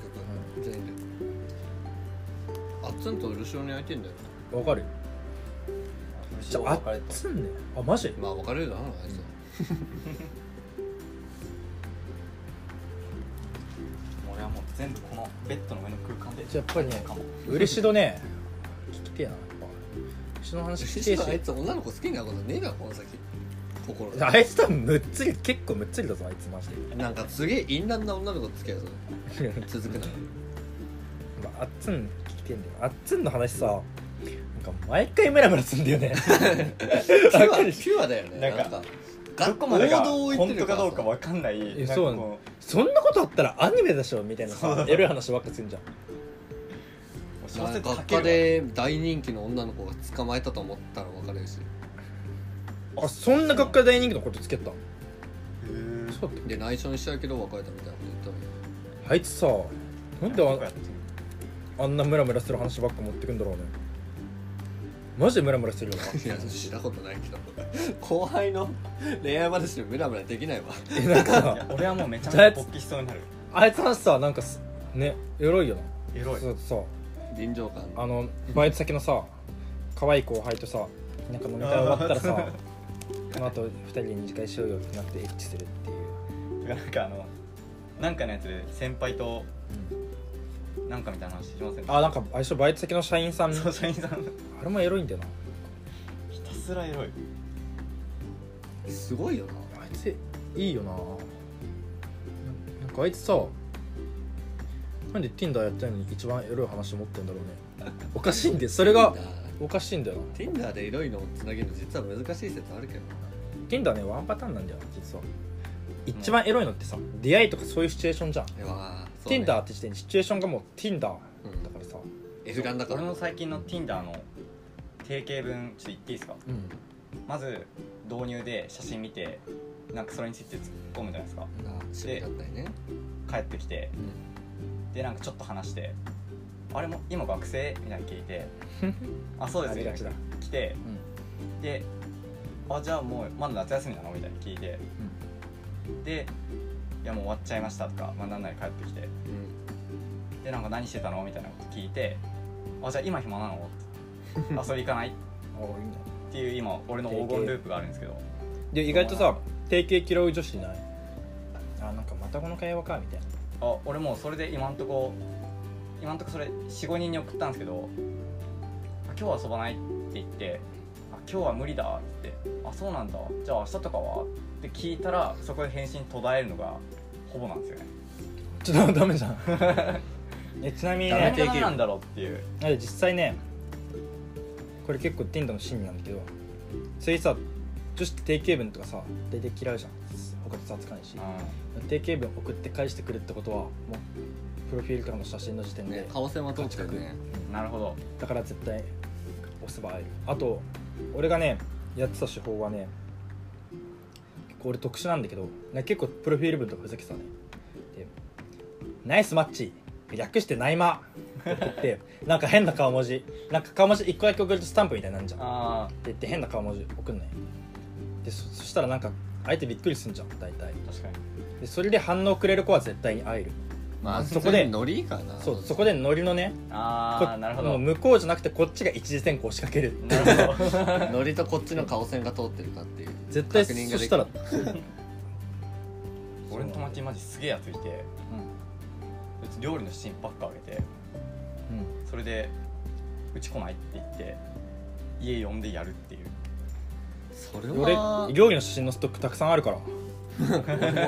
S1: 全員であっつんと漆尾に焼いてんだよ
S2: わかる
S3: 後
S2: じゃ
S3: ろ
S2: あ
S3: 別
S2: あ
S3: れ
S2: ったつんねあマジ
S1: まあ別れるだろうなあいつは
S3: 俺はもう全部このベッドの上の空間で
S2: じゃあやっぱりね
S3: かも
S2: 嬉しどね聞きてえなやっぱ牛の話聞きてえ
S1: 漆尾あい
S2: し
S1: つ女の子好きになることねえなこの先心で
S2: あいつ多分むっつり結構むっつりだぞあいつマジで、
S1: なんかすげえ淫乱な女の子と付き合うぞ続 くな
S2: まあ、あっつん聞きてえんだよあっつんの話さなんか毎回ムラムラすんだよ ね
S1: ピ
S2: わ
S1: ュア
S2: か
S1: ピ
S2: る
S1: ュアだよね
S3: なんか
S1: なんか
S3: どこまでが
S1: 王道を言っ
S3: 本
S1: て
S3: 当
S1: るか
S3: からどうか
S1: さ
S3: わかんない
S2: え
S3: なんか
S2: そうな
S3: こ
S2: のそんなことあったらアニメでしょみたいな
S3: そ
S2: さ
S3: う
S2: エロい話ばっかすんじゃん
S3: う小
S1: なん
S3: 説
S1: か
S3: 書
S1: 学
S3: け
S1: 科
S3: るわ
S1: で大人気の女の子が捕まえたと思ったら別れるし
S2: あそんな学会大人気のことつけた
S3: へー
S2: そうだっ
S1: で内緒にしたけど別れたみたいなこと言ったのよ
S2: たあいつさなんでああんなムラムラする話ばっか持ってくんだろうねマジでムラムラするよない
S1: や知ったことないけど後輩の恋愛話でムラムラできないわ
S2: えなんか
S3: い
S2: さ
S3: や俺はもうめちゃめちゃ勃起しそうになる
S2: あいつの話さなんかすねエロいよな
S3: エロい
S2: そうそう
S1: 臨場感
S2: あのバイト先のさ可愛い後輩とさなんか飲み会終わったらさこの後二人で二次会しようよってなってエッチするっていう、
S3: なんかあのなんかのやつで先輩となんかみたいな話しません
S2: あなんか相性バイト先の社員さん
S3: そう
S2: あ
S3: 社員さん
S2: れもエロいんだよな
S3: ひたすらエロい
S1: すごいよな
S2: あいついいよなななんかあいつさなんで Tinder やってないのに一番エロい話持ってんだろうねおかしい んでそれがおかしいんだよな
S1: Tinder でエロいのをつなげるの実は難しい説あるけどな
S2: Tinder ねワンパターンなんだよ実は一番エロいのってさ出会いとかそういうシチュエーションじゃん
S1: いやまあそうね
S2: Tinder って時点でシチュエーションがもう Tinder だからさ、
S1: F 眼だか
S3: 俺
S1: ら
S3: の最近の Tinder の定型文ちょっと言っていいですか
S2: うん
S3: まず導入で写真見てなんかそれについて突っ込むじゃないですか
S1: あ趣味だったりね
S3: 帰ってきてでなんかちょっと話して「あれも今学生?」みたいなの聞いて「あそうです」みたいな来てで「あじゃあもうまだ夏休みなの?」みたいに聞いてで「いやもう終わっちゃいました」とか、まあ、なんなり帰ってきて
S1: うん
S3: でなんか何してたのみたいなこと聞いて「あじゃあ今暇なの?」遊び行かない?」っていう今俺の黄金ループがあるんですけど
S2: で意外とさ定型嫌う女子いないあなんかまたこの会話かみたいな
S3: あ俺もうそれで今んとこ今んとこそれ45人に送ったんですけど「あ今日は遊ばない」って言って「あ今日は無理だ」って言って「あそうなんだじゃあ明日とかは?」って聞いたらそこで返信途絶えるのがほぼなんです よね
S2: ちょっとダメじゃん えちなみに
S1: ダメ
S2: ね
S3: 何
S1: 定型
S3: が何なんだろうっていう
S2: あれ実際ねこれ結構 Tinder の真理なんだけどそれさ女子って定型文とかさ大体嫌うじゃん他と差つかないし定型文送って返してくるってことはもうプロフィールからの写真の時点で、
S1: ね顔線は通ってるね
S3: うんなるほど
S2: だから絶対押せば会えるあと俺がねやってた手法はね結構俺特殊なんだけどな結構プロフィール文とかふざけてたねで「ナイスマッチ」略して「ナイマ」って言 ってなんか変な顔文字なんか顔文字1個だけ送るとスタンプみたいになるじゃんって
S3: あ
S2: 言って変な顔文字送んないでそそしたらなんか相手びっくりすんじゃん大体
S3: ー確かに
S2: でそれで反応くれる子は絶対に会える
S1: まあ
S2: そ
S1: そ
S2: こ
S1: こ
S2: で
S1: でノリいいからな
S2: そうそこでノリのねこ
S3: ああなるほ
S2: もう
S3: ど
S2: 向こうじゃなくてこっちが一次選考を仕掛ける
S3: なるほ ど
S1: ノリとこっちの顔線が通ってるかっていう
S2: 絶対そ
S1: 確認ができる
S2: したら
S3: 俺の友達マジすげえやついてうち料理の写真ばっかあげ
S2: う
S3: て
S2: ん
S3: それで「うち来ない?」って言って家呼んでやるっていう
S1: それ
S2: 俺
S1: は
S2: 料理の写真のストックたくさんあるから
S1: も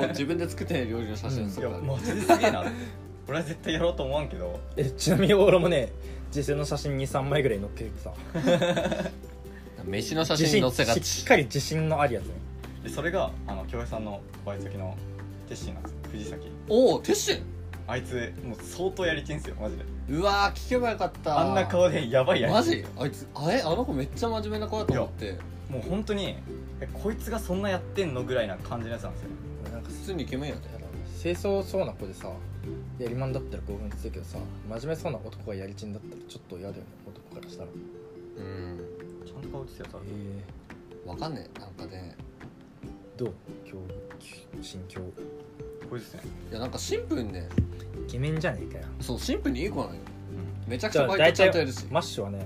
S1: う自分で作ってない料理の写真
S2: うん
S1: す
S3: い
S1: る
S3: や
S1: から
S3: マジですげえな俺は絶対やろうと思わんけど
S2: えちなみに俺もね自炊の写真23枚ぐらい載っけてさ
S1: 飯の写
S2: 自
S1: 真
S2: 信
S1: 載せが
S2: しっ
S1: ち
S2: かり自信のあるやつね
S3: でそれがあの京平さんのバイト先のテッシーなんですよ藤崎
S1: おおテッシュ
S3: あいつもう相当やりちんすよマジで
S1: うわー聞けばよかった
S3: あんな顔でやばいやり
S1: マ
S3: ちん
S1: ジあいつあれあの子めっちゃ真面目な子だと思って
S3: もう本当にえこいつがそんなやってんのぐらいな感じのやつなんですよ
S2: なんか
S1: 普通にイケメンやで
S2: 清掃そうな子でさやりまんだったら興奮するけどさ真面目そうな男がやりちんだったらちょっと嫌だよね男からしたら
S1: うん
S3: ちゃんと顔映ってたよ多分
S2: え
S1: わかんねえなんかね
S2: どう今日心境
S3: こいつですね
S1: いやなんかシンプルにね
S2: イケメンじゃねえかよ
S1: そうシンプルにいい子なのよめちゃく
S2: じ
S1: ち
S2: ゃ
S1: ゃ
S2: あ
S1: バイ
S2: 大
S1: トちゃんとや
S2: 体
S1: るし
S2: マッシュはね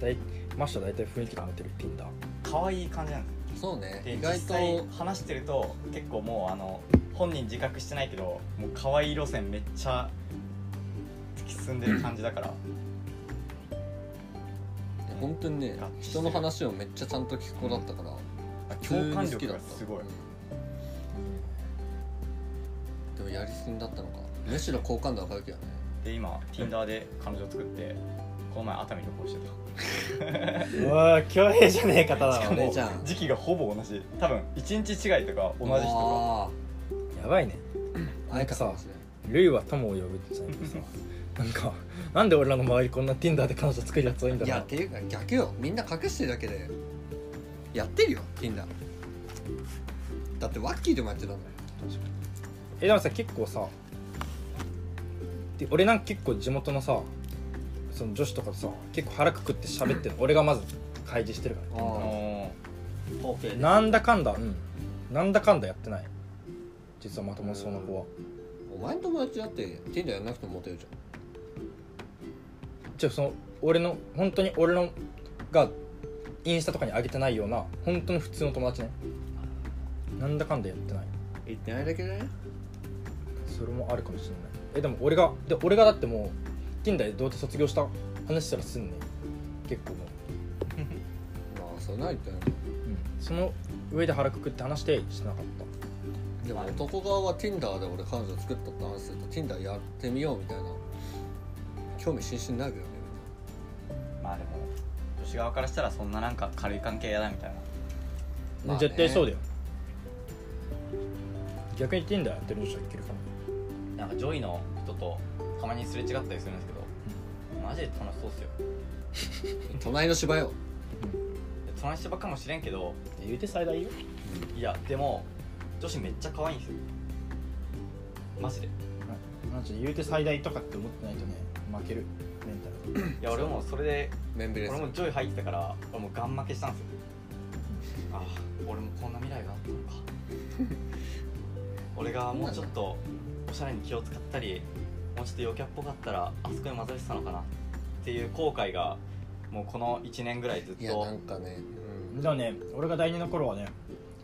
S2: 大マッシュは大体雰囲気がめてるピンだ
S3: 可愛い感じなんですよ
S1: そうね
S3: で
S1: 意外
S3: 実際
S1: と
S3: 話してると結構もうあの本人自覚してないけどもう可愛い路線めっちゃ突き進んでる感じだから
S1: 本当にね
S3: 合致して
S1: 人
S3: る
S1: の話をめっちゃちゃんと聞く子だったから
S3: 共
S1: 普
S3: 感
S1: 通に好きだっ
S3: 力が
S1: た
S3: すごい
S1: うんでもやりすぎだったのかむしろ好感度は高いけどね
S3: で今 Tinder で彼女作ってこの前熱海旅行して
S2: うわ恭平じゃねえ方
S1: し
S2: だ
S1: か
S2: わ
S1: も
S3: た
S1: れじゃん
S3: 時期がほぼ同じ多分1日違いとか同じ人が
S1: あ
S2: やばいね
S1: ー
S2: なんかさ
S1: あえて
S2: ルイは友を呼ぶじゃないけ どさなんかなんで俺らの周りこんな Tinder で彼女作るやつ多いんだ
S1: いや
S2: ろ
S1: っ
S2: う
S1: ていうか逆よみんな隠してるだけでやってるよ Tinder だってワッキーでもやってたんだよ
S2: えでもさ結構さで俺なんか結構地元のさその女子とかとさ結構腹くくって喋ってる 俺がまず開示してるか
S1: あ
S2: ら
S3: あの
S1: ー
S2: なんだかんだうんなんだかんだやってない実はまともそうな子は
S1: お前の友達だって Tinder やんなくてもモテるじ
S2: じゃあその俺の本当に俺のがインスタとかに上げてないような本当の普通の友達ねなんだかんだやってない
S1: ゃん言ってないだけだね
S2: それもあるかもしれないえでも俺がで俺がだってもう近代でどうやって卒業した話したらすんね結構も、
S1: まあそんな言ってないう
S2: うん、その上で腹くくって話してしなかった
S1: でも男側は Tinder で俺彼女作ったって話すると Tinder やってみようみたいな興味津々になるけどね
S3: まあでも女子側からしたらそんななんか軽い関係嫌だみたいな
S1: まあね
S2: 絶対そうだよ逆に Tinder やってる女子はいけるか
S3: なんか上位の人とたまにすれ違ったりするんですけどマジで楽しそうっすよ
S1: 隣の芝よ
S3: その話ばっかもしれんけど
S4: 言うて最大よ
S3: いやでも女子めっちゃ可愛いんですよマジでい
S4: なんちゅう言うて最大とかって思ってないとね負けるメンタル
S3: や俺もそれで
S1: メンベレ
S3: 俺
S1: ス
S3: もジョイ入ってたから俺もガン負けしたんですよああ俺もこんな未来があったのか俺がもうちょっとおしゃれに気を使ったりもうちょっと陽キャっぽかったらあそこに混ざれてたのかなっていう後悔がもうこの1年ぐらいずっ
S1: いやなん
S3: と
S1: かね、うん
S2: でもね俺が第2の頃はね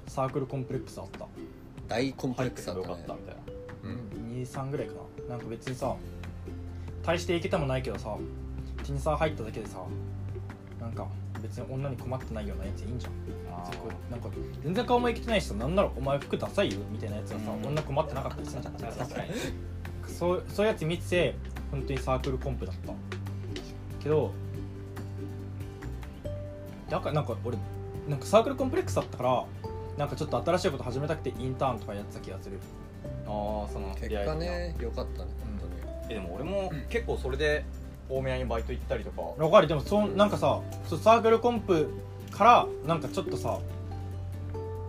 S2: サークルコンプレックスあった
S1: 大コンプレ
S3: 入
S1: ッ
S3: っ
S1: ク
S3: て
S1: ス
S3: て
S1: だった
S3: よかっ
S1: ね
S3: たみたいな
S1: うん
S2: 23ぐらいかななんか別にさ大していけたもないけどさテニサー入っただけでさなんか別に女に困ってないようなやついいんじゃん
S3: あ
S2: 別にこ
S3: ー
S2: うなんか全然顔もいけてないしさなんならお前服ダサいよみたいなやつがさ、
S3: うん
S2: 女困ってなかったりするじゃん
S3: 確かに
S2: そうそういうやつ見てて本当にサークルコンプだったけどだからなんか俺なんかサークルコンプレックスだったからなんかちょっと新しいこと始めたくてインターンとかやってた気がする
S3: ああその
S1: 結
S3: 出会い
S1: 果
S3: 的な
S1: ね良かったね本当に
S3: えでも俺も結構それで大宮にバイト行ったりとか
S2: わかるでもそうなんかさそうサークルコンプからなんかちょっとさ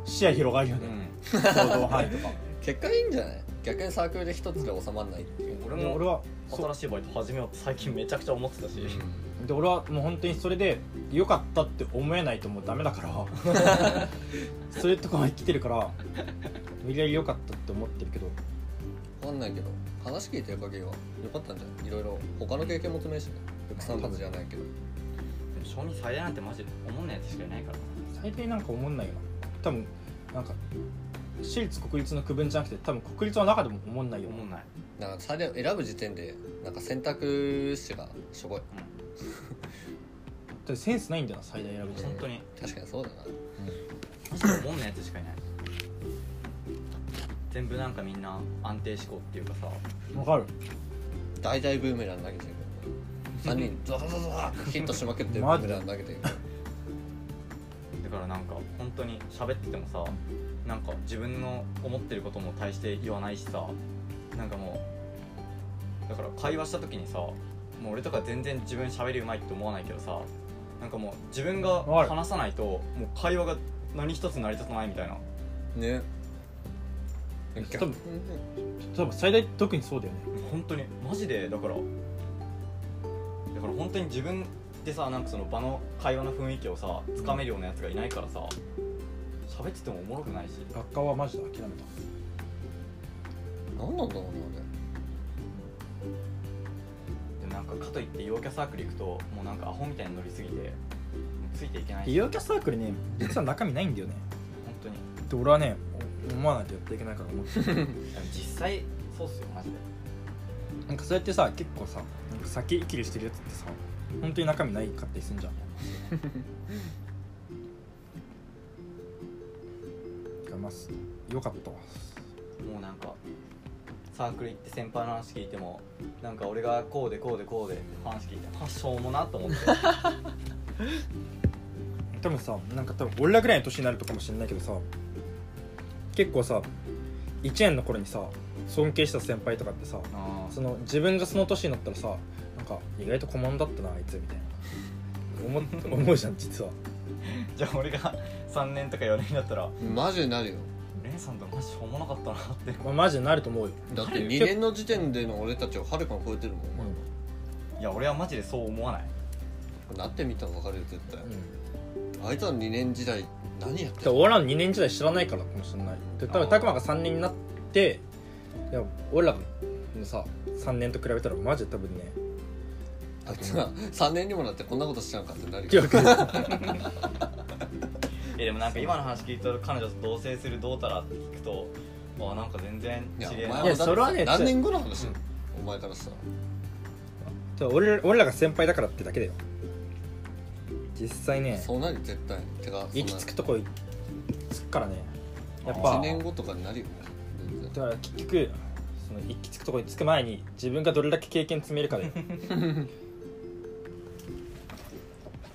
S2: 視野広がるよ
S3: う
S2: ね
S3: ん
S2: 行動範囲とか
S1: 結果いいんじゃない逆にサークルで一つで収まらないっていう、
S3: 俺
S2: でも
S3: も
S2: 俺はそう
S3: 新しいバイト始めようって最近めちゃくちゃ思ってたし
S2: で俺はもう本当にそれで良かったって思えないともうダメだからそういうとこは生きてるから無理やり良かったって思ってるけど
S1: 分かんないけど話聞いてる限りは良かったんじゃないいろいろ他の経験も詰めるしね副産物じゃないけど
S3: でも小児最大なんてマジで思んないやつしかいないから
S2: 最低なんか思んないよな多分なんか私立国立の区分じゃなくて多分国立の中でも思んないよ
S3: 思んない
S1: なんか最大選ぶ時点でなんか選択肢がすごい
S2: だってセンスないんだよな最大選ぶ時
S3: 本当に
S1: 確かにそうだな
S3: マジで思んないやつしかいない全部なんかみんな安定思考っていうかさ
S2: わかる
S1: 大体ブーメラン投げてる3人ザザザザーってヒットしまくってブ
S2: マ
S1: ー
S2: ジ
S1: メ
S2: で
S1: ラン投げてる
S3: だからなんか本当に喋っててもさなんか自分の思ってることも大して言わないしさなんかもうだから会話した時にさもう俺とか全然自分喋りうまいって思わないけどさなんかもう自分が
S2: わかる
S3: 話さないともう会話が何一つ成り立たないみたいな
S1: ね
S2: 多分多分最大特にそうだよね
S3: 本当にマジでだからだから本当に自分でさなんかその場の会話の雰囲気をさつかめるようなやつがいないからさ喋っててもおもろくないし
S2: 学科はマジで諦めた
S1: 何なんだろうな
S3: でもなんかかといって陽キャサークル行くともうなんかアホみたいに乗りすぎてもうついていけないし
S2: 陽キャサークルね実は中身ないんだよね
S3: 本当に
S2: で俺はね思わないとやっていけないから思って
S3: でも実際そうっすよマジで
S2: なんかそうやってさ結構さなんか先生きりしてるやつってさ本当に中身ないかったりすんじゃんてかまあよかったわ
S3: もうなんかサークル行って先輩の話聞いてもなんか俺がこうでこうでこうでって話聞いてあしょうもなと 思って
S2: 多分さなんか多分俺らぐらいの年になるとかもしれないけどさ結構さ1年の頃にさ尊敬した先輩とかってさ
S3: あ
S2: その自分がその年になったらさなんか意外と小物だったなあいつみたいな思っ思うじゃん実は
S3: じゃあ俺が3年 とか4年だったら
S1: 俺マジになるよ
S3: 姉さんとマジしょうもなかったなって
S2: まあ、マジでなると思うよ
S1: だって2年の時点での俺たちをはるかに超えてるもんお前
S3: いや俺はマジでそう思わない
S1: なってみたら分かるよ絶対
S2: うん
S1: あいつは2年時代何やっ
S2: だ
S1: て
S2: から
S1: る
S2: 俺らの2年時代知らないからかもしれないで多
S3: あ
S2: 分
S3: ー
S2: 拓磨が3年になっていや俺らのさ3年と比べたらマジで多分 ね
S1: あいつは3年にもなってこんなことしちゃうかってなる
S2: 記
S1: よ
S2: 憶
S3: えでもなんか今の話聞いたら彼女と同棲するどうたらって聞くとあなんか全然
S1: いや
S3: 違え
S1: お
S3: な
S1: 前
S2: いや
S1: は
S2: それは
S1: だっ
S2: ね
S1: て何年後の話よお前からしたら
S2: てか俺ら俺らが先輩だからってだけだよ実際ね
S1: そうなるよ絶対てか
S2: 行き着くとこ行つくからねやっ
S1: 1
S2: ぱ
S1: 年後とかになるよね全然
S2: だから結局その行き着くとこに着く前に自分がどれだけ経験積めるかで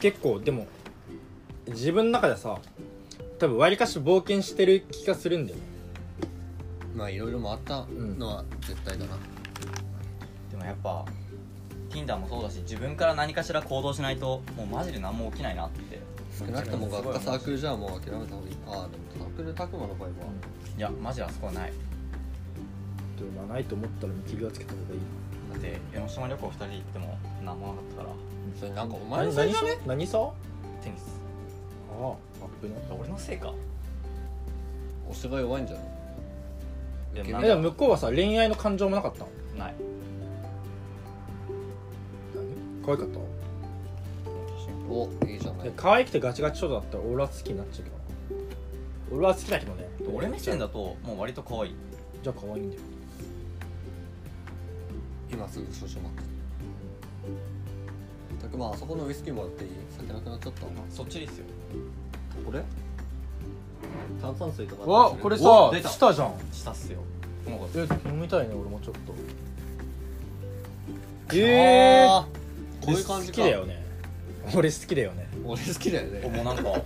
S2: 結構でも自分の中ではさ多分わりかし冒険してる気がするんだよね
S1: まあいろいろ回ったのは絶対だな、
S3: でもやっぱ Tinder もそうだし自分から何かしら行動しないともうマジで何も起きないなって
S1: 少なくとも学科サークルじゃもう諦めた方がいいああでもサークル拓磨の場合は、
S3: いやマジあそこはない
S4: とまあないと思ったら見切りはつけた方がいい
S3: だって江ノ島旅行2人で行っても何もなかったから
S1: それなんかお前の
S4: 何
S1: せ
S4: 何
S1: いじゃ
S4: さ
S1: ね
S4: 何さあ
S3: テニス
S4: あ危ない
S3: 俺のせいか
S1: お世が弱いんじゃない
S3: いや
S1: 受け身
S3: なん
S2: えでも向こうはさ恋愛の感情もなかったの
S3: ない
S4: 何可愛かった
S1: おいいじゃない
S2: で可愛くてガチガチ少女だったら俺は好きになっちゃうけどな
S4: 俺は好きだけどね
S3: 俺目線だともう割と可愛い
S4: じゃあ可愛いんだよ
S1: 今すぐ少々待って拓磨あそこのウイスキーもらっていい酒なくなっちゃった
S3: そっちでいいっすよ
S1: これ炭酸水とか
S2: わ
S1: あったりする
S2: これ
S3: お
S2: さ
S3: 出た
S2: 来たじゃん
S3: 下っすよもうこれ
S2: え飲みたいね俺もちょっとえ
S1: あーこういう感じか
S2: 好きだよね俺好きだよね
S1: 俺好きだよ
S3: お
S1: ね
S3: もうなんかなんか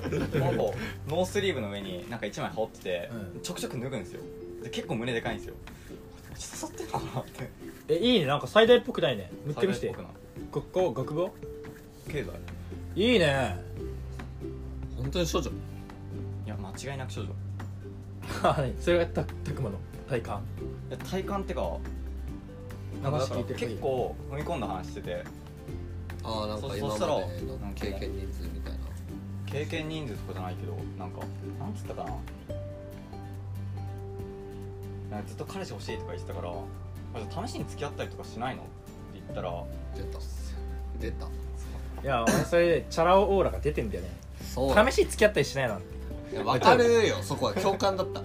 S3: ノースリーブの上になんか1枚羽織ってて、
S2: うん
S3: ちょくちょく脱ぐんですよで結構胸でかいんですよ刺さってんのかな って
S2: えいいねなんか最大っぽくないね塗ってみして
S3: 最大っぽくな
S2: 学校学部
S3: い経済
S2: いいね
S1: 本当に少女
S3: いや間違いなく少女い
S2: はいそれがたたくまの体感
S3: や体感ってかなんかだ
S2: 話
S3: から
S2: 聞いてる限り
S3: 結構踏み込んだ話してて
S1: ああなんか今までの経験人数みたいな
S3: 経験人数とかじゃないけどなんかなんつったかななんかずっと彼氏欲しいとか言ってたからあじゃあ試しに付き合ったりとかしないのって言ったら
S1: 出た出た
S2: いや俺それでチャラ男オーラが出てんだよね
S1: そう
S2: 試しに付き合ったりしないなんて
S1: いやわかるよそこは共感だった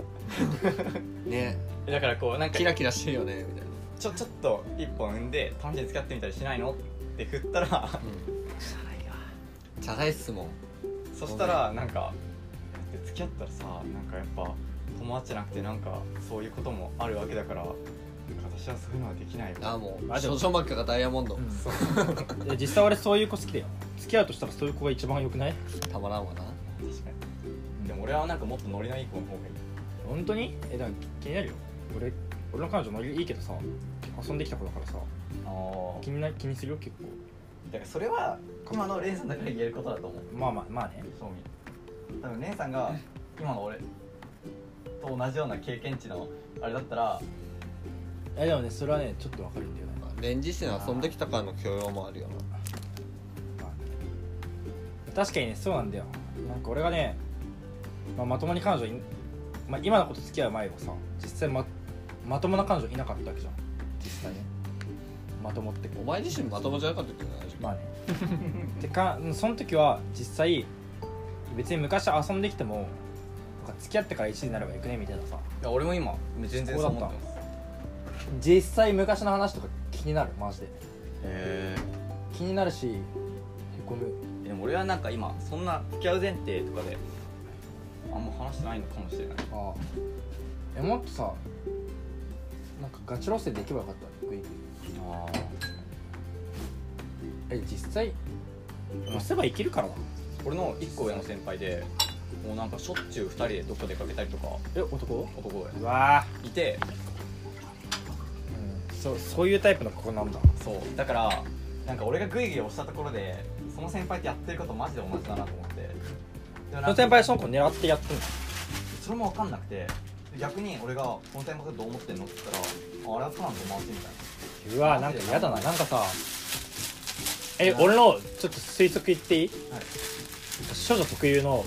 S1: ね
S3: えだからこうなんか
S1: キラキラしてるよねみたいな
S3: ちょちょっと一本産んで試しに付き合ってみたりしないのって振ったら
S1: チャラいっすもん
S3: そしたらなんか付き合ったらさなんかやっぱ友達じゃなくてなんかそういうこともあるわけだからなんか私はそういうのはできないよ
S1: ああもう
S2: あでも
S1: 少女マックがダイヤモンド、
S3: そう
S2: いや実際俺そういう子好きだよ付き合うとしたらそういう子が一番良くない
S1: たまらんわな
S3: 確かにでも俺はなんかもっとノリのいい子の方がいい
S2: 本当にえだから気になるよ俺俺の彼女もいいけどさ遊んできた子だからさ
S3: あ
S2: 気にな気にするよ結構
S3: だからそれは今のレイさんだから言えることだと思う
S2: まあまあまあね
S3: 多分姉さんが今の俺と同じような経験値のあれだったら
S2: えでもねそれはねちょっとわかるんだよね、
S1: まあ連時戦遊んできたからの許容もあるよな
S2: まあ確かにねそうなんだよなんか俺がね、まあ、まともに彼女い、まあ、今の子と付き合う前はさ実際ままともな彼女いなかったわけじゃん実際ねまともってこ
S1: お
S2: う
S1: 前自身まともじゃなかったけどね
S2: まあね でかうんその時は実際別に昔遊んできてもなんか付き合ってから1になればよくねみたいなさ
S3: いや俺も今全然そう思ってます
S2: 実際昔の話とか気になるマジで
S3: へ
S2: 気になるしへこむ
S3: えでも俺はなんか今そんな付き合う前提とかであんま話してないのかもしれない
S2: ああえもっとさなんかガチ路線で行けばよかったグイグイ
S3: あ
S2: え実際押せばいけるからな
S3: 俺の1個上の先輩でもうなんかしょっちゅう2人でどっか出かけたりとか
S2: え男
S3: 男が
S2: うわ
S3: いて
S2: うんそうそういうタイプの子なんだ
S3: そうだからなんか俺がグイグイ押したところでその先輩ってやってることマジで同じだなと思ってで
S2: そ
S3: もなん
S2: の
S3: か
S2: 先輩その子狙ってやってんの
S3: それも分かんなくて逆に俺がこの先輩どう思ってんのって言ったらああれはそうなんだ友達みたいう
S2: わなんか嫌だななんかさえ俺のちょっと推測言っていい、
S3: はい
S2: 少女特有の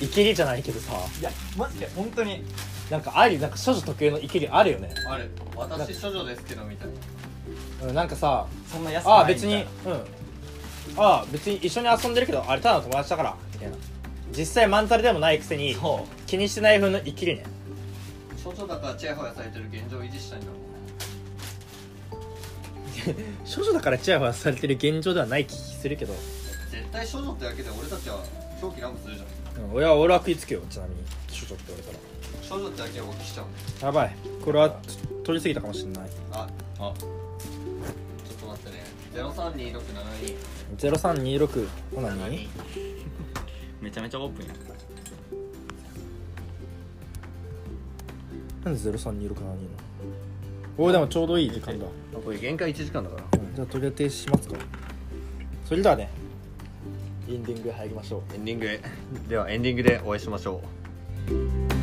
S2: イケリじゃないけどさ
S3: ないやマジで本当に
S2: なんかありなんか少女特有のイケリあるよね
S1: あれ私処女ですけどみたいな
S2: うんなんかさ
S3: そんな安く
S2: あ
S3: ない
S2: あ別にうんああ別に一緒に遊んでるけどあれただの友達だからみたいな実際まんざらでもないくせに
S3: そ
S2: 気にしてない風のイキリね
S1: 処女だからチヤホヤされてる現状を維持したいんだろ
S2: 少女だからチヤホヤされてる現状ではない気するけど、
S1: 絶対処女ってわけで俺たちは狂気乱舞するじゃん
S2: うん、俺は俺は食いつくよちなみに少女って言われ
S1: 処女ってわけは起きちゃう
S2: たらやばいこれはちょ取りすぎたかもしれない
S1: あ
S3: あ
S1: ちょっと待ってね032672
S2: 0326オナニー
S1: 何
S3: めちゃめちゃオープンや
S2: なんで0326オナニーなのおおでもちょうどいい時間だ、
S1: これ限界1時間だから
S2: うんじゃあ取り当てしますかそれではね
S4: エンディングへ入りましょう
S1: エンディングへではエンディングでお会いしましょう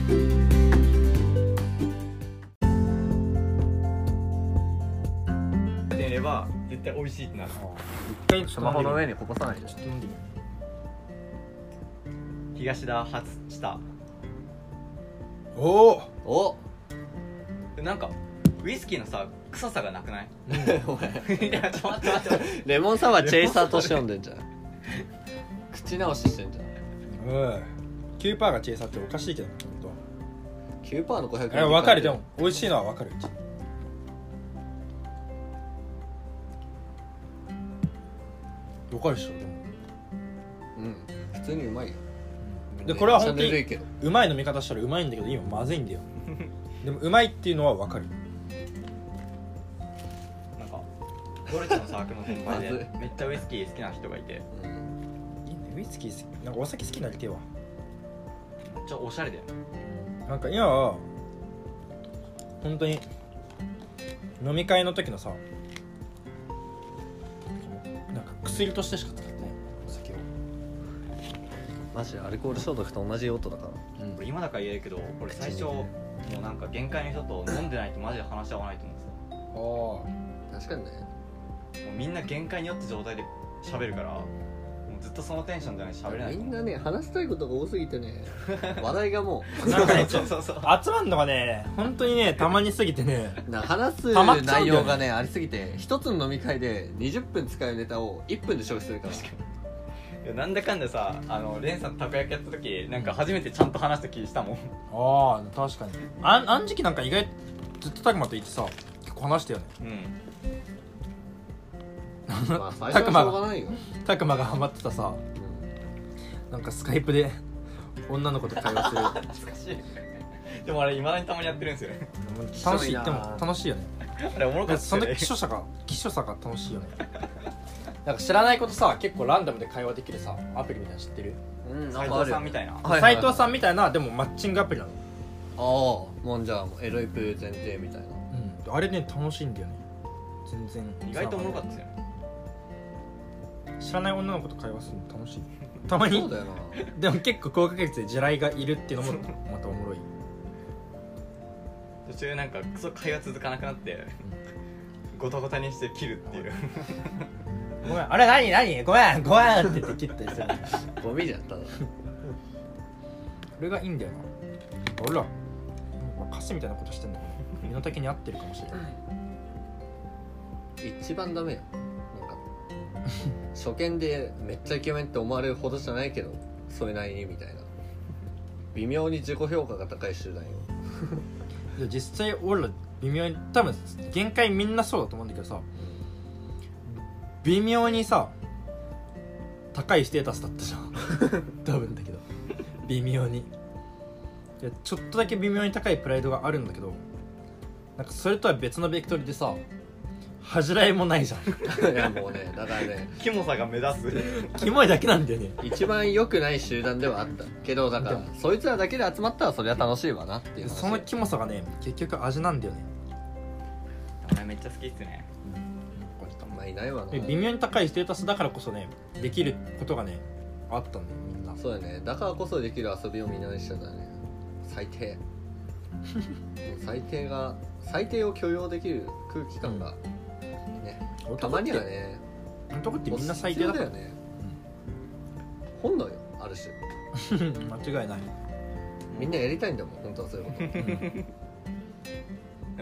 S3: ていれば絶対美味しいってなる
S2: 一回
S1: スマホの上にこぼさないで
S2: ちょっと飲んでみる
S3: 東田初下
S2: おお
S1: お
S3: でなんかウイスキーのさ臭さがなく ない
S1: お前
S3: いやちょっと待って待って待って
S1: レモンサワーチェイサーとして飲んでんじゃん 口直ししてんじゃん
S2: 9%がチェイサーっておかしいけどね本
S1: 9%の500
S2: 当。え分かるでも美味しいのは分かる分かるでしょでも
S1: うん普通にうまいよ
S2: でこれは本当
S1: めっちゃぬるい
S2: に
S1: けど
S2: うまい飲み方したらうまいんだけど今まずいんだよでもうまいっていうのは分かる
S3: なんかドルチェのサークルの先輩で
S1: まず
S3: めっちゃウイスキー好きな人がいて
S1: うん
S2: いいねウイスキー好きなんかお酒好きになりてえわ
S3: めっちゃおしゃれだよね
S2: なんか今は本当に飲み会の時のさなんか薬としてしか使ってないお酒を
S1: マジでアルコール消毒と同じ用途だから
S3: 俺今だから言えるけど俺最初もうなんか限界の人と飲んでないとマジで話し合わないと思うんです
S1: 確
S2: あ
S3: よ
S1: かにね
S3: もうみんな限界に酔って状態で喋るからもうずっとそのテンションじゃないと喋れない
S1: みんなね話したいことが多すぎて ね話題がも
S2: なんかねち
S3: そ
S2: ょ
S3: うそうそう
S2: 集まんのがね本当にねたまにすぎてね
S1: うな話す
S2: 溜まっち
S1: 内
S2: ゃうんだよね
S1: 容がねありすぎて一つの飲み会で20分使うネタを1分で消費するから
S3: いやなんだかんださあのレンさんとたこ焼きやった時なんか初めてちゃんと話した気したもん
S2: ああ確かにあんあん時期なんか意外とずっとタクマといてさ結構話したよね
S3: うん
S1: まあ最初はしょうがないよ、
S2: タクマがハマってたさなんかスカイプで女の子と会話する
S3: 懐かしいでもあれいまだにたまにやってるんですよね
S2: 楽しいでも楽しいよね
S3: あれおもろか
S2: で
S3: った
S2: その
S3: で
S2: 希
S3: す
S2: 少
S3: よ
S2: さが希少さが楽しいよね
S4: なんか知らないことさ結構ランダムで会話できるさアプリみたいなの知ってる
S1: うん、うん、
S3: ね
S1: な
S3: 斎
S1: んかあ
S3: 藤
S1: る
S3: さ
S1: よ
S3: んみたいな
S1: はい
S2: 斉藤さんみたいなでもマッチングアプリなの、
S1: ああもんじゃあもうエロいプ前提みたいな
S2: うん、あれね楽しいんだよね全然
S3: 意外とおもろかったですよね
S2: 知らない女の子と会話するの楽し いたま
S1: そう
S2: に
S1: だよな
S2: でも結構高確率で地雷がいるっていうのもまたおもろい
S3: 途中なんかクソ会話続かなくなってごたごたにして切るっていう
S2: ごめんあれ何何ごめんごめんって言って切ったりするこ
S1: ゴミじゃんただ
S2: れがいいんだよなあらカスみたいなことしてんのかな身の丈に合ってるかもしれない
S1: 一番ダメよなんか初見でめっちゃイケメンって思われるほどじゃないけどそれなりにみたいな微妙に自己評価が高い集団よ
S2: で実際俺ら微妙に多分限界みんなそうだと思うんだけどさ微妙にさ高いステータスだったじゃ ん多分だけど微妙にいやちょっとだけ微妙に高いプライドがあるんだけどなんかそれとは別のベクトルでさ恥じらいもない じゃん
S1: いやもうねだからね
S3: キモさが目立つ
S2: キモいだけなんだよね
S1: 一番良くない集団ではあったけどだからそいつらだけで集まったらそりゃ楽しいわなっていう話
S2: そのキモさがね結局味なんだよね
S3: お前めっちゃ好きっすね
S1: あんまいないわな
S2: で微妙に高いステータスだからこそねできることがねあったんだよみんな
S1: そうだねだからこそできる遊びをみんなにしてたね最低もう最低が最低を許容できる空気感が、ねたまにはね
S2: 男ってみんな最低だから
S1: よね、本能よある種
S2: 間違いない、
S1: みんなやりたいんだもん本当はそういうこと、